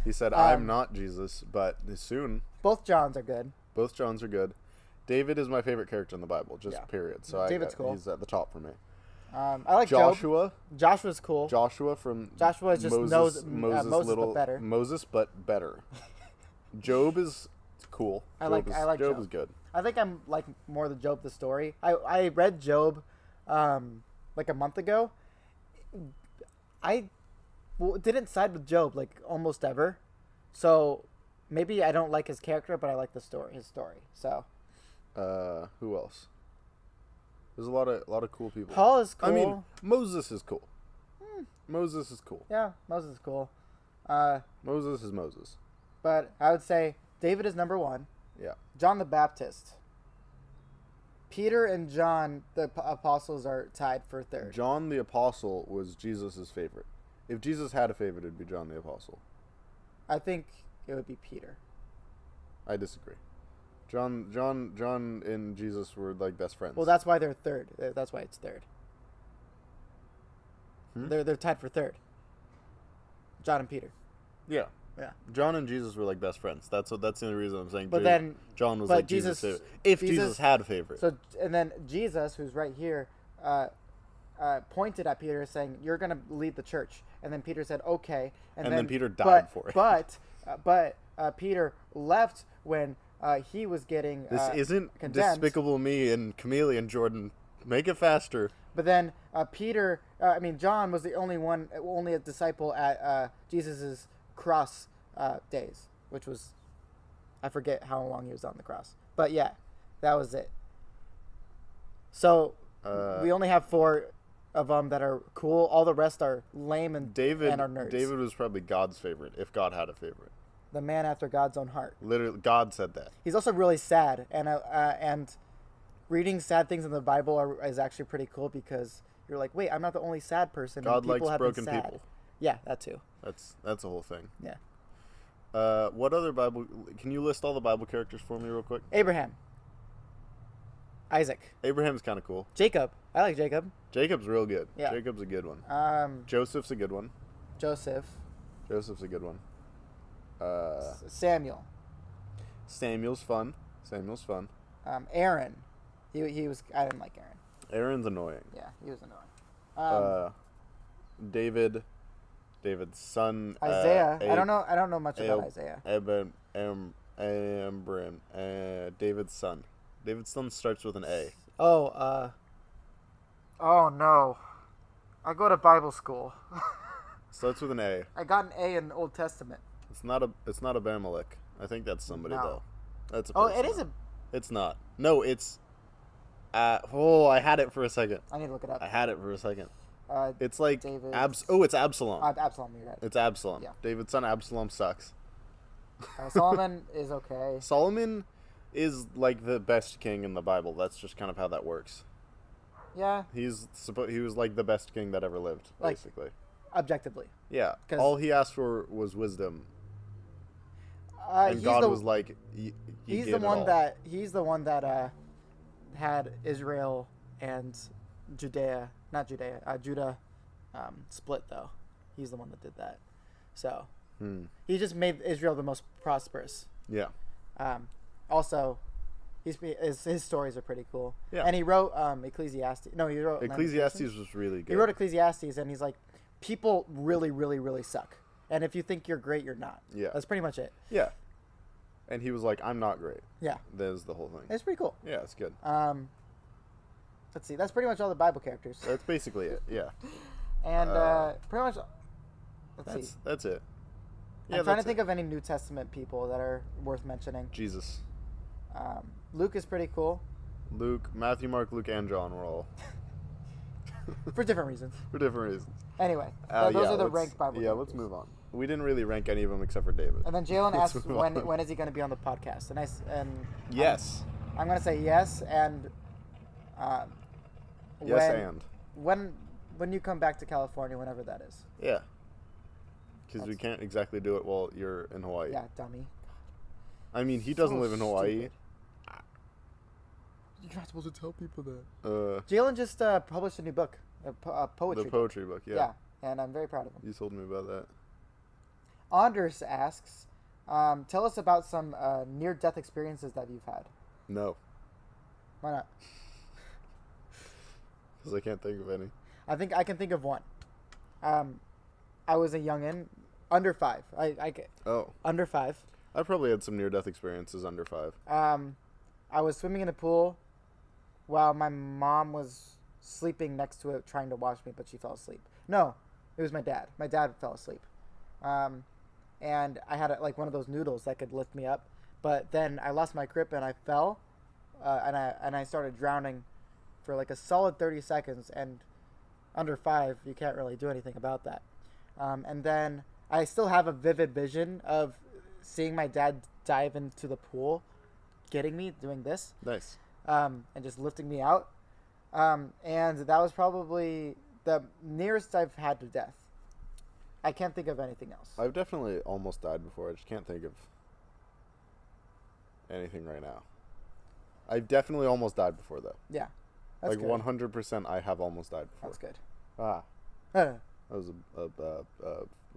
A: He said,
B: Um,
A: "I'm not Jesus, but soon."
B: Both Johns are good.
A: Both Johns are good. David is my favorite character in the Bible, just
B: Yeah.
A: period. So
B: David's
A: I,
B: cool.
A: He's at the top for me.
B: Um, I like Joshua.
A: Joshua,
B: Job. Joshua's cool.
A: Joshua from
B: Joshua just knows- uh, Moses, but better.
A: Moses, but better. Job is cool.
B: I
A: Job
B: like-
A: is,
B: I like
A: Job
B: Job.
A: is good.
B: I think I'm like more the Job the story. I, I read Job um, like a month ago. I w- didn't side with Job like almost ever. So Maybe I don't like his character, but I like the story. His story. So
A: Uh, who else? There's a lot of a lot of cool people.
B: Paul is cool. Hmm.
A: I mean, Moses is cool. Moses is cool.
B: yeah, Moses is cool. Uh,
A: Moses is Moses.
B: but I would say David is number one.
A: Yeah.
B: John the Baptist. Peter and John, the ap- apostles, are tied for third.
A: John the Apostle was Jesus' favorite. If Jesus had a favorite, it'd be John the Apostle.
B: I think it would be Peter.
A: I disagree. John, John, John, and Jesus were like best friends.
B: Well, that's why they're third. Uh, That's why it's third.
A: Hmm?
B: They're they're tied for third. John and Peter.
A: yeah.
B: Yeah.
A: John and Jesus were like best friends. That's what. That's the only reason I'm saying.
B: But
A: Ju-
B: then-
A: John was
B: but
A: like Jesus.
B: Jesus-
A: favorite. If
B: Jesus-
A: Jesus, had a favorite,
B: So and then Jesus, who's right here, uh, uh, pointed at Peter, saying, "You're going to lead the church." And then Peter said, "Okay."
A: And then Peter died
B: but-
A: for it.
B: But uh, but uh, Peter left when uh, he was getting
A: this
B: uh,
A: isn't
B: condemned.
A: despicable me and chameleon Jordan. Make it faster.
B: But then uh, Peter, uh, I mean John, was the only one, only a disciple at uh, Jesus's cross uh, days, which was, I forget how long he was on the cross. But yeah, that was it. So
A: Uh,
B: we only have four of them that are cool. All the rest are lame and
A: David.
B: and are nerds.
A: David was probably God's favorite if God had a favorite.
B: the man after God's own heart.
A: Literally, God said that.
B: He's also really sad, and uh, uh, and reading sad things in the Bible are, is actually pretty cool because you're like, wait, I'm not the only sad person. and
A: God
B: people
A: likes
B: have been
A: broken
B: sad.
A: people.
B: Yeah, that too.
A: That's that's a whole thing.
B: Yeah,
A: Uh, what other Bible? Can you list all the Bible characters for me real quick?
B: Abraham, Isaac,
A: Abraham's kind of cool.
B: Jacob. I like Jacob.
A: Jacob's real good.
B: Yeah.
A: Jacob's a good one.
B: Um,
A: Joseph's a good one.
B: Joseph,
A: Joseph's a good one. Uh,
B: S- Samuel,
A: Samuel's fun. Samuel's fun.
B: um, Aaron. He he was. I didn't like Aaron.
A: Aaron's annoying.
B: Yeah, he was annoying. Um,
A: uh, David. David's son. uh,
B: Isaiah. I
A: A-
B: don't know. I don't know much
A: A-
B: about Isaiah.
A: Abram. Am, Amram. Uh, David's son. David's son starts with an A.
B: Oh, uh. Oh, no. I go to Bible school.
A: Starts with an A.
B: I got an A in the Old Testament.
A: It's not a. It's not Abimelech. I think that's somebody
B: No.
A: though. That's a
B: Oh,
A: person.
B: it is a.
A: It's not. No, it's. Uh, oh, I had it for a second.
B: I need to look it
A: I
B: up.
A: had it for a second.
B: Uh,
A: It's like
B: David-
A: Abs. Oh, it's Absalom.
B: uh, Absalom, you're right.
A: it's Absalom.
B: Yeah.
A: David's son Absalom sucks.
B: Uh, Solomon is okay.
A: Solomon is like the best king in the Bible. That's just kind of how that works.
B: Yeah,
A: He's suppo- he was like the best king that ever lived,
B: Like-
A: basically.
B: objectively.
A: Yeah.
B: 'cause-
A: All he asked for was wisdom,
B: Uh,
A: and
B: he's
A: God
B: the,
A: was like, y- you
B: he's
A: get
B: the
A: it
B: one
A: all.
B: that he's the one that uh, had Israel and Judea, not Judea, uh, Judah, um, split though. He's the one that did that. So
A: Hmm.
B: he just made Israel the most prosperous.
A: Yeah.
B: Um, also, he's, his, his stories are pretty cool.
A: Yeah.
B: And he wrote um, Ecclesiastes. No, he wrote
A: Ecclesiastes
B: Lamentations.
A: was really good.
B: He wrote Ecclesiastes, and he's like, people really, really, really suck. And if you think you're great, you're not.
A: Yeah.
B: That's pretty much it.
A: yeah. And he was like, I'm not great.
B: Yeah.
A: There's the whole thing.
B: It's pretty cool.
A: Yeah, it's good.
B: Um, let's see. That's pretty much all the Bible characters.
A: That's basically it. Yeah.
B: And uh,
A: uh,
B: pretty much. Let's
A: That's
B: see.
A: that's it.
B: I'm trying to
A: that's
B: think
A: it.
B: of any New Testament people that are worth mentioning.
A: Jesus.
B: Um, Luke is pretty cool
A: Luke, Matthew, Mark, Luke, and John were all
B: for different reasons.
A: for different reasons.
B: Anyway,
A: Uh,
B: th- those
A: yeah,
B: are the
A: let's-
B: ranked Bible
A: Yeah, let's
B: characters.
A: move on. We didn't really rank any of them except for David.
B: And then Jalen
A: Let's
B: asks
A: move
B: when
A: on.
B: when is he going to be on the podcast? And I s- and
A: yes,
B: I'm going to say yes and um,
A: yes,
B: when,
A: and
B: when when you come back to California, whenever that is.
A: yeah, because we
B: That's-
A: can't exactly do it while you're in Hawaii.
B: Yeah, dummy.
A: I mean, he doesn't
B: So
A: live in Hawaii.
B: stupid. You're not supposed to tell people that.
A: Uh,
B: Jalen just uh, published a new book, a, po- a poetry.
A: the
B: book.
A: poetry book. Yeah.
B: yeah, and I'm very proud of him.
A: you told me about that.
B: Anders asks, um, tell us about some uh, near-death experiences that you've had.
A: No,
B: Why not?
A: because I can't think of any.
B: I think I can think of one. Um, I was a youngin, under five. I, I ca-
A: Oh,
B: under five.
A: I probably had some near-death experiences under five.
B: Um, I was swimming in a pool while my mom was sleeping next to it, trying to watch me, but she fell asleep. No, it was my dad. My dad fell asleep. Um, and I had like one of those noodles that could lift me up. But then I lost my grip and I fell, uh, and I and I started drowning for like a solid 30 seconds. And under five, you can't really do anything about that. Um, and then I still have a vivid vision of seeing my dad dive into the pool, getting me doing this,
A: Nice.
B: um, and just lifting me out. Um, and that was probably the nearest I've had to death. I can't think of anything else.
A: I've definitely almost died before. I just can't think of anything right now. I've definitely almost died before though.
B: Yeah, that's
A: like
B: good.
A: one hundred percent, I have almost died before.
B: That's good.
A: Ah,
B: Uh,
A: that was a, a, a,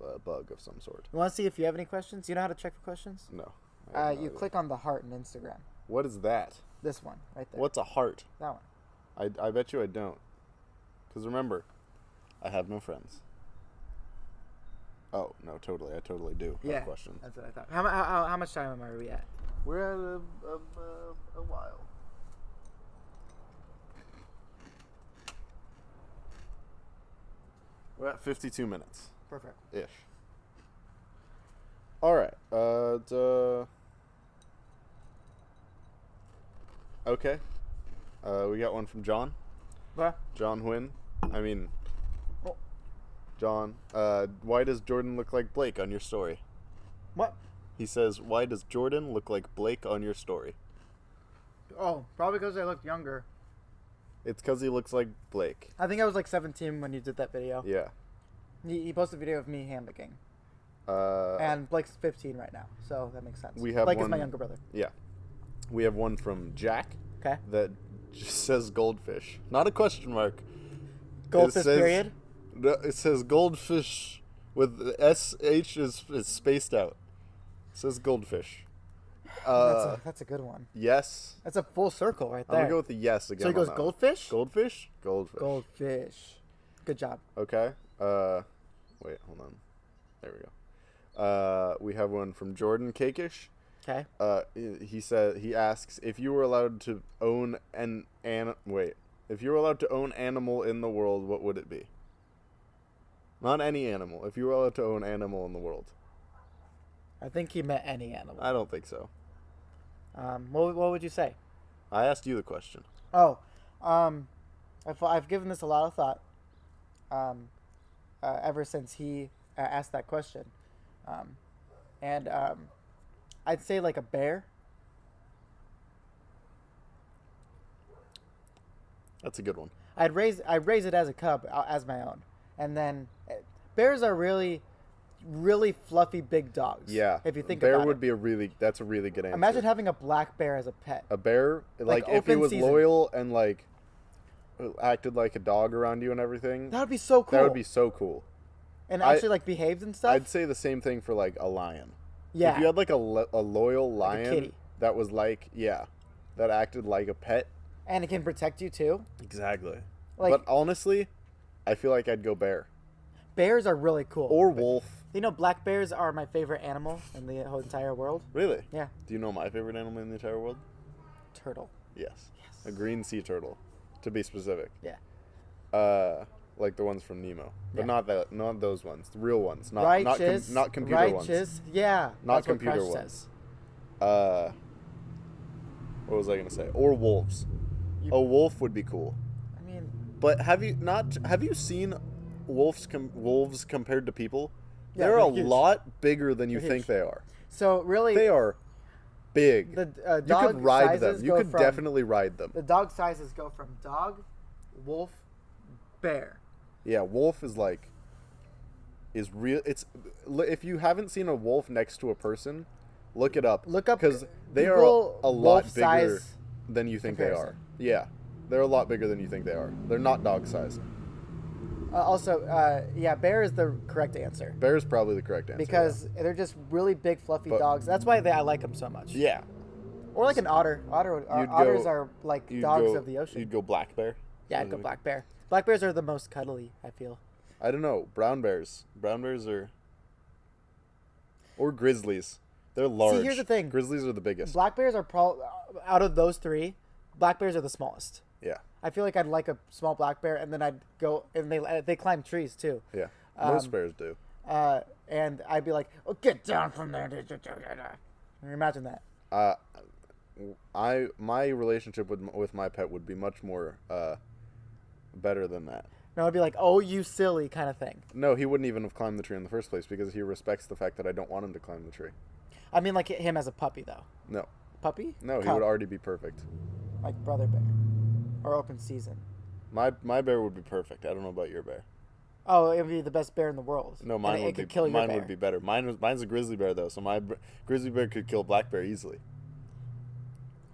A: a, a bug of some sort.
B: you want to see if you have any questions? You know how to check for questions?
A: No. I have
B: Uh,
A: no
B: you
A: idea.
B: click on the heart in Instagram.
A: What is that?
B: This one right there.
A: What's a heart?
B: That one.
A: I, I bet you I don't. Because remember, I have no friends. Oh, no, totally. I totally do have
B: yeah.
A: a question.
B: That's what I thought. How, mu- how, how, how much time am I we at?
A: We're at a, a, a, a while. We're at 52 minutes
B: Perfect.
A: ish. All right. Uh, duh. Okay. Uh, we got one from John.
B: Well,
A: John Huynh. I mean,
B: Oh.
A: John. Uh, why does Jordan look like Blake on your story?
B: what?
A: He says, "Why does Jordan look like Blake on your story?"
B: Oh, probably because I looked younger.
A: It's because he looks like Blake.
B: I think I was like 17 when you did that video.
A: Yeah.
B: He, he posted a video of me hammocking,
A: Uh,
B: and Blake's 15 right now, so that makes sense.
A: We have
B: Blake is my
A: one-
B: younger brother.
A: yeah. We have one from Jack
B: Okay.
A: that just says goldfish, not a question mark.
B: Goldfish
A: says-
B: period.
A: No, It says goldfish with the S H is, is spaced out. It says goldfish.
B: that's,
A: Uh,
B: a, that's a good one.
A: yes.
B: That's a full circle right
A: I'm
B: there.
A: gonna go with the yes again.
B: so he
A: on
B: goes
A: that one.
B: goldfish.
A: Goldfish? Goldfish.
B: Goldfish. Good job.
A: Okay. Uh, wait, hold on. There we go. Uh, we have one from Jordan Cakish.
B: Okay.
A: Uh, he- he said he asks if you were allowed to own an an wait if you were allowed to own animal in the world, what would it be? Not any animal. If you were allowed to own animal in the world,
B: I think he meant any animal.
A: I don't think so.
B: Um, what, what would you say?
A: I asked you the question.
B: Oh, um, I've, I've given this a lot of thought um, uh, ever since he uh, asked that question. Um, and um, I'd say like a bear.
A: That's a good one.
B: I'd raise I'd raise it as a cub uh, as my own, and then uh, bears are really, really fluffy big dogs.
A: Yeah.
B: If you think
A: bear
B: about
A: would
B: it,
A: be a really that's a really good answer.
B: imagine having a black bear as a pet.
A: a bear like, if he
B: open
A: was
B: season.
A: loyal and like acted like a dog around you and everything
B: That would be so cool.
A: that would be so cool
B: and
A: I-
B: actually like behaved and stuff.
A: i'd say the same thing for like a lion
B: yeah.
A: if you had like a, lo- a loyal
B: a
A: lion
B: kitty.
A: that was like yeah that acted like a pet
B: and it can protect you too.
A: exactly
B: Like-
A: but honestly i feel like i'd go bear
B: Bears are really cool.
A: or wolf
B: You know, black bears are my favorite animal in the whole entire world.
A: really
B: Yeah,
A: do you know my favorite animal in the entire world
B: turtle.
A: yes, yes. a green sea turtle to be specific
B: Yeah,
A: uh, like the ones from Nemo, but
B: Yeah.
A: not that, not those ones, the real ones, Uh, not not, com-
B: righteous.
A: not computer ones.
B: righteous. Yeah,
A: Not
B: that's what
A: computer
B: Crash
A: ones.
B: says.
A: Uh, what was I gonna say? Or wolves.
B: You-
A: A wolf would be cool,
B: I mean,
A: but have you not? Have you seen wolves? Com- wolves compared to people,
B: Yeah,
A: they're
B: they're
A: a
B: huge.
A: lot bigger than you
B: They're
A: think
B: huge.
A: they are.
B: so really,
A: They are big.
B: the uh,
A: you
B: dog
A: could ride
B: sizes
A: them. You
B: go
A: could
B: from,
A: definitely ride them.
B: the dog sizes go from dog, wolf, bear.
A: Yeah, wolf is like is real. It's li- if you haven't seen a wolf next to a person, look it up.
B: Look up
A: because they are a,
B: Google
A: a lot
B: wolf
A: bigger
B: size
A: than you think they are.
B: comparison.
A: Yeah, they're a lot bigger than you think they are. They're not dog sized.
B: Uh, also, uh, yeah, bear is the correct answer
A: Bear is probably the correct answer.
B: because they're just really big, fluffy
A: But-
B: dogs. That's why they, I like them so much.
A: yeah,
B: Or like an otter. Otter. would-
A: You'd
B: otters
A: go-
B: are like
A: You'd
B: dogs
A: go-
B: of the ocean.
A: You'd go black bear.
B: Yeah, I'd go black bear. Black bears are the most cuddly, I feel.
A: I don't know. Brown bears. Brown bears are or grizzlies. They're large.
B: here's the thing.
A: Grizzlies are the biggest.
B: Black bears are probably out of those three, black bears are the smallest.
A: yeah,
B: I feel like I'd like a small black bear, and then I'd go and they they climb uh, trees too.
A: yeah. Most bears do.
B: Uh, and I'd be like, oh, "Get down from there!" Imagine that.
A: Uh, I my relationship with m- with my pet would be much more uh, better than that.
B: No, I'd be like, "Oh, you silly," kind of thing.
A: No, he wouldn't even have climbed the tree in the first place because he respects the fact that I don't want him to climb the tree.
B: I mean, like him as a puppy though.
A: No,
B: Puppy?
A: no, he
B: Cub,
A: would already be perfect.
B: like brother bear, or open season.
A: My my bear would be perfect. I don't know about your bear.
B: Oh, it would be the best bear in the world.
A: No,
B: And
A: mine
B: it,
A: would
B: it could
A: be
B: kill your
A: mine
B: bear.
A: would be better. Mine was mine's a grizzly bear though, so my br- grizzly bear could kill black bear easily.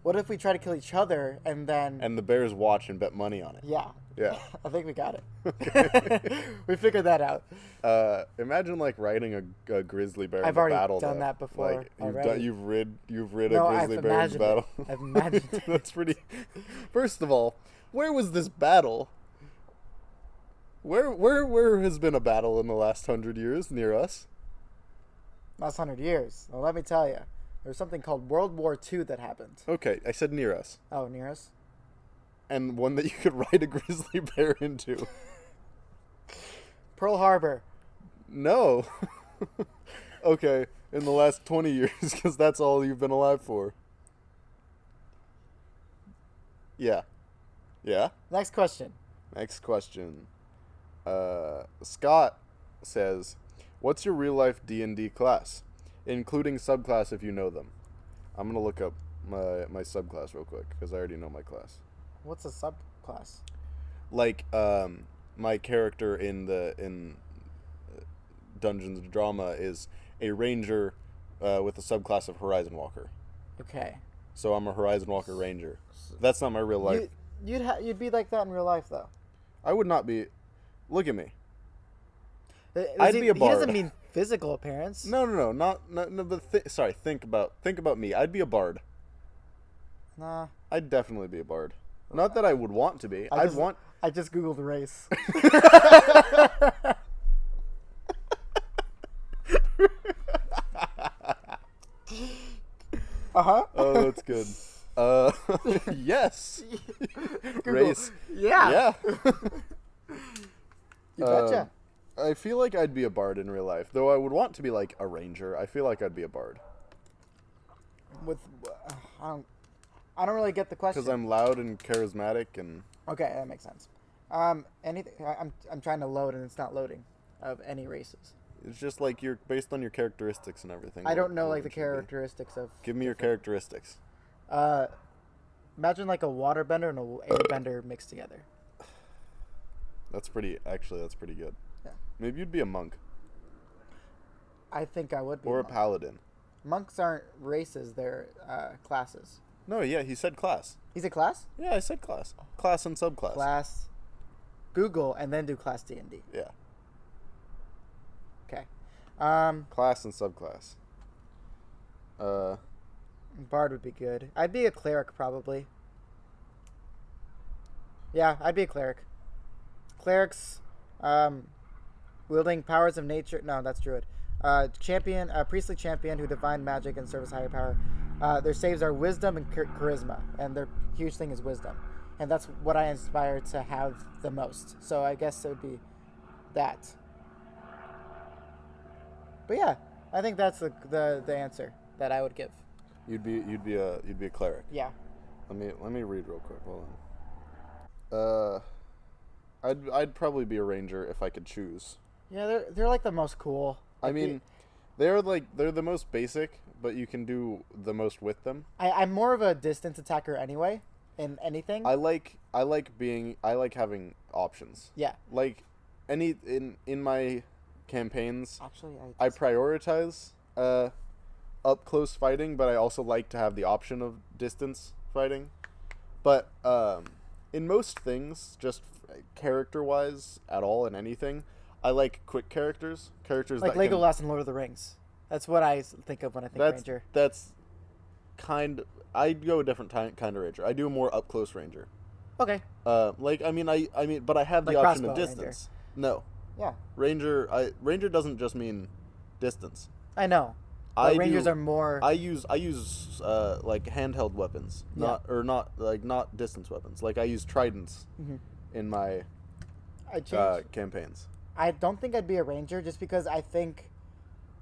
B: What if we try to kill each other and then?
A: And the bears watch and bet money on it.
B: yeah.
A: Yeah.
B: I think we got it. we figured that out.
A: Uh, imagine like riding a, a grizzly bear.
B: I've
A: into
B: already
A: battle,
B: done
A: though.
B: that before
A: Like, you've, done,
B: already.
A: you've rid you've rid
B: No,
A: a
B: I've
A: grizzly bear in
B: imagined it.
A: battle.
B: I've imagined it.
A: That's pretty. First of all, where was this battle? Where where where has been a battle in the last hundred years near us?
B: Last hundred years. Well, let me tell you, there's something called World War II that happened.
A: Okay, I said near us,
B: Oh, near us.
A: and one that you could ride a grizzly bear into.
B: Pearl Harbor.
A: No. okay, in the last 20 years, because that's all you've been alive for. Yeah. Yeah.
B: Next question.
A: Next question. Uh, Scott says, "What's your real life D and D class, including subclass if you know them?" I'm gonna look up my my subclass real quick because I already know my class.
B: What's a subclass?
A: Like um, my character in the in uh, Dungeons and Drama is a ranger uh, with a subclass of Horizon Walker.
B: Okay.
A: So I'm a Horizon Walker ranger. That's not my real life.
B: you, you'd ha- you'd be like that in real life though.
A: I would not be. Look at me.
B: Th-
A: I'd
B: Uh, he,
A: be a
B: He
A: bard.
B: doesn't mean physical appearance.
A: No, no, no, not no, no but th- sorry, think about think about me. I'd be a bard.
B: Nah.
A: I'd definitely be a bard. Not that I would want to be.
B: I
A: I'd
B: just-
A: want
B: I just googled race. uh huh.
A: Oh, that's good. Uh yes. Race.
B: Yeah.
A: Yeah.
B: You betcha.
A: I feel like I'd be a bard in real life, though I would want to be like a ranger. I feel like I'd be a bard
B: With uh, I don't I don't really get the question.
A: because I'm loud and charismatic and
B: Okay, that makes sense. Um, anything I, I'm I'm trying to load and it's not loading of any races.
A: it's just like you're based on your characteristics and everything.
B: I
A: what-
B: don't know
A: what
B: like
A: it
B: the
A: should be.
B: characteristics of
A: Give me your characteristics.
B: Uh, imagine like a waterbender and a airbender mixed together.
A: That's pretty actually that's pretty good.
B: Yeah.
A: Maybe you'd be a monk
B: I think I would be.
A: or a
B: monk.
A: paladin.
B: Monks aren't races; they're uh, classes.
A: No, yeah, he said class.
B: He's a class.
A: Yeah, I said class. Class and subclass.
B: Class. Google and then do class D and D.
A: Yeah.
B: Okay. Um,
A: Class and subclass. Uh
B: bard would be good. I'd be a cleric probably. Yeah, I'd be a cleric. Clerics, um, wielding powers of nature. No, that's druid. Uh, champion, uh, priestly champion who divine magic and serves higher power. Uh, their saves are wisdom and char- charisma, and their huge thing is wisdom, and that's what I aspire to have the most. So I guess it would be that. But yeah, I think that's the the, the answer that I would give.
A: you'd be you'd be a you'd be a cleric.
B: Yeah.
A: Let me let me read real quick. Hold on. Uh I'd I'd probably be a ranger if I could choose.
B: Yeah, they're they're like the most cool.
A: I
B: Like, you-
A: mean, they're like they're the most basic, but you can do the most with them.
B: I, I'm more of a distance attacker anyway in anything.
A: I like I like being I like having options.
B: yeah.
A: Like any in in my campaigns,
B: Actually, I,
A: I prioritize uh, up close fighting, but I also like to have the option of distance fighting. But um, in most things, just character wise, at all in anything, I like quick characters. Characters
B: like
A: that can-
B: Legolas in Lord of the Rings. That's what I s- think of when I think
A: that's
B: ranger.
A: that's kind. I'd go a different ti- kind of ranger. I do a more up close ranger.
B: Okay.
A: Uh, like I mean, I I mean, but I have the
B: Like
A: option of
B: crossbow ranger.
A: distance. No,
B: Yeah.
A: ranger. I ranger doesn't just mean distance.
B: I know.
A: I
B: But rangers
A: do-
B: are more.
A: I use I use uh, like handheld weapons,
B: Yeah.
A: not or not like not distance weapons. Like I use tridents
B: Mhm.
A: in my
B: I changed.
A: uh, campaigns.
B: I don't think I'd be a ranger just because I think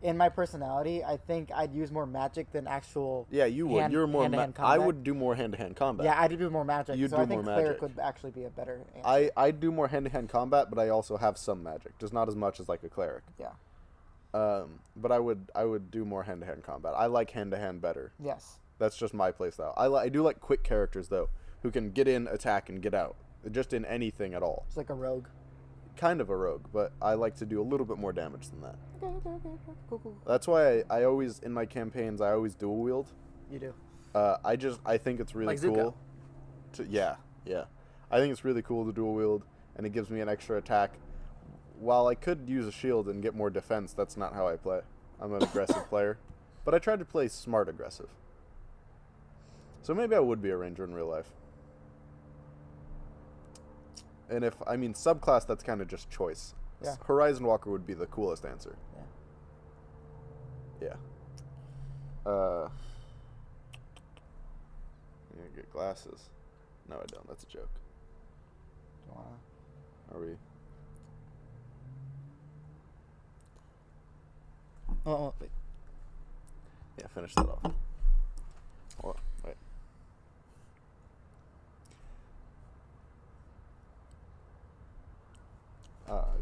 B: in my personality, I think I'd use more magic than actual.
A: Yeah, you would.
B: hand-
A: You're more. Ma-
B: hand-to-hand
A: I
B: combat.
A: would do more hand-to-hand combat.
B: Yeah, I'd do more magic.
A: You'd
B: so
A: do
B: I think
A: more magic.
B: cleric would actually be a better. Answer.
A: I I do more hand-to-hand combat, but I also have some magic, just not as much as like a cleric.
B: yeah.
A: Um, but I would I would do more hand-to-hand combat. I like hand-to-hand better.
B: Yes.
A: That's just my play style. I li- I do like quick characters though, who can get in, attack, and get out, just in anything at all.
B: It's like a rogue.
A: Kind of a rogue, but I like to do a little bit more damage than that.
B: Okay, okay, okay, okay. Cool, cool.
A: That's why I, I always in my campaigns I always dual wield.
B: You do.
A: Uh, I just I think it's really
C: Like Zuko.
A: cool. To, yeah, yeah. I think it's really cool to dual wield, and it gives me an extra attack. While I could use a shield and get more defense, that's not how I play. I'm an aggressive player, but I tried to play smart aggressive. So maybe I would be a ranger in real life. And if I mean subclass, that's kind of just choice.
B: Yeah.
A: Horizon Walker would be the coolest answer.
B: Yeah.
A: Yeah. Uh, I'm gonna get glasses. No, I don't. That's a joke.
B: Do you wanna-
A: Are we?
B: Oh, oh, wait.
A: Yeah, finish that off. Hold on, Wait. Uh,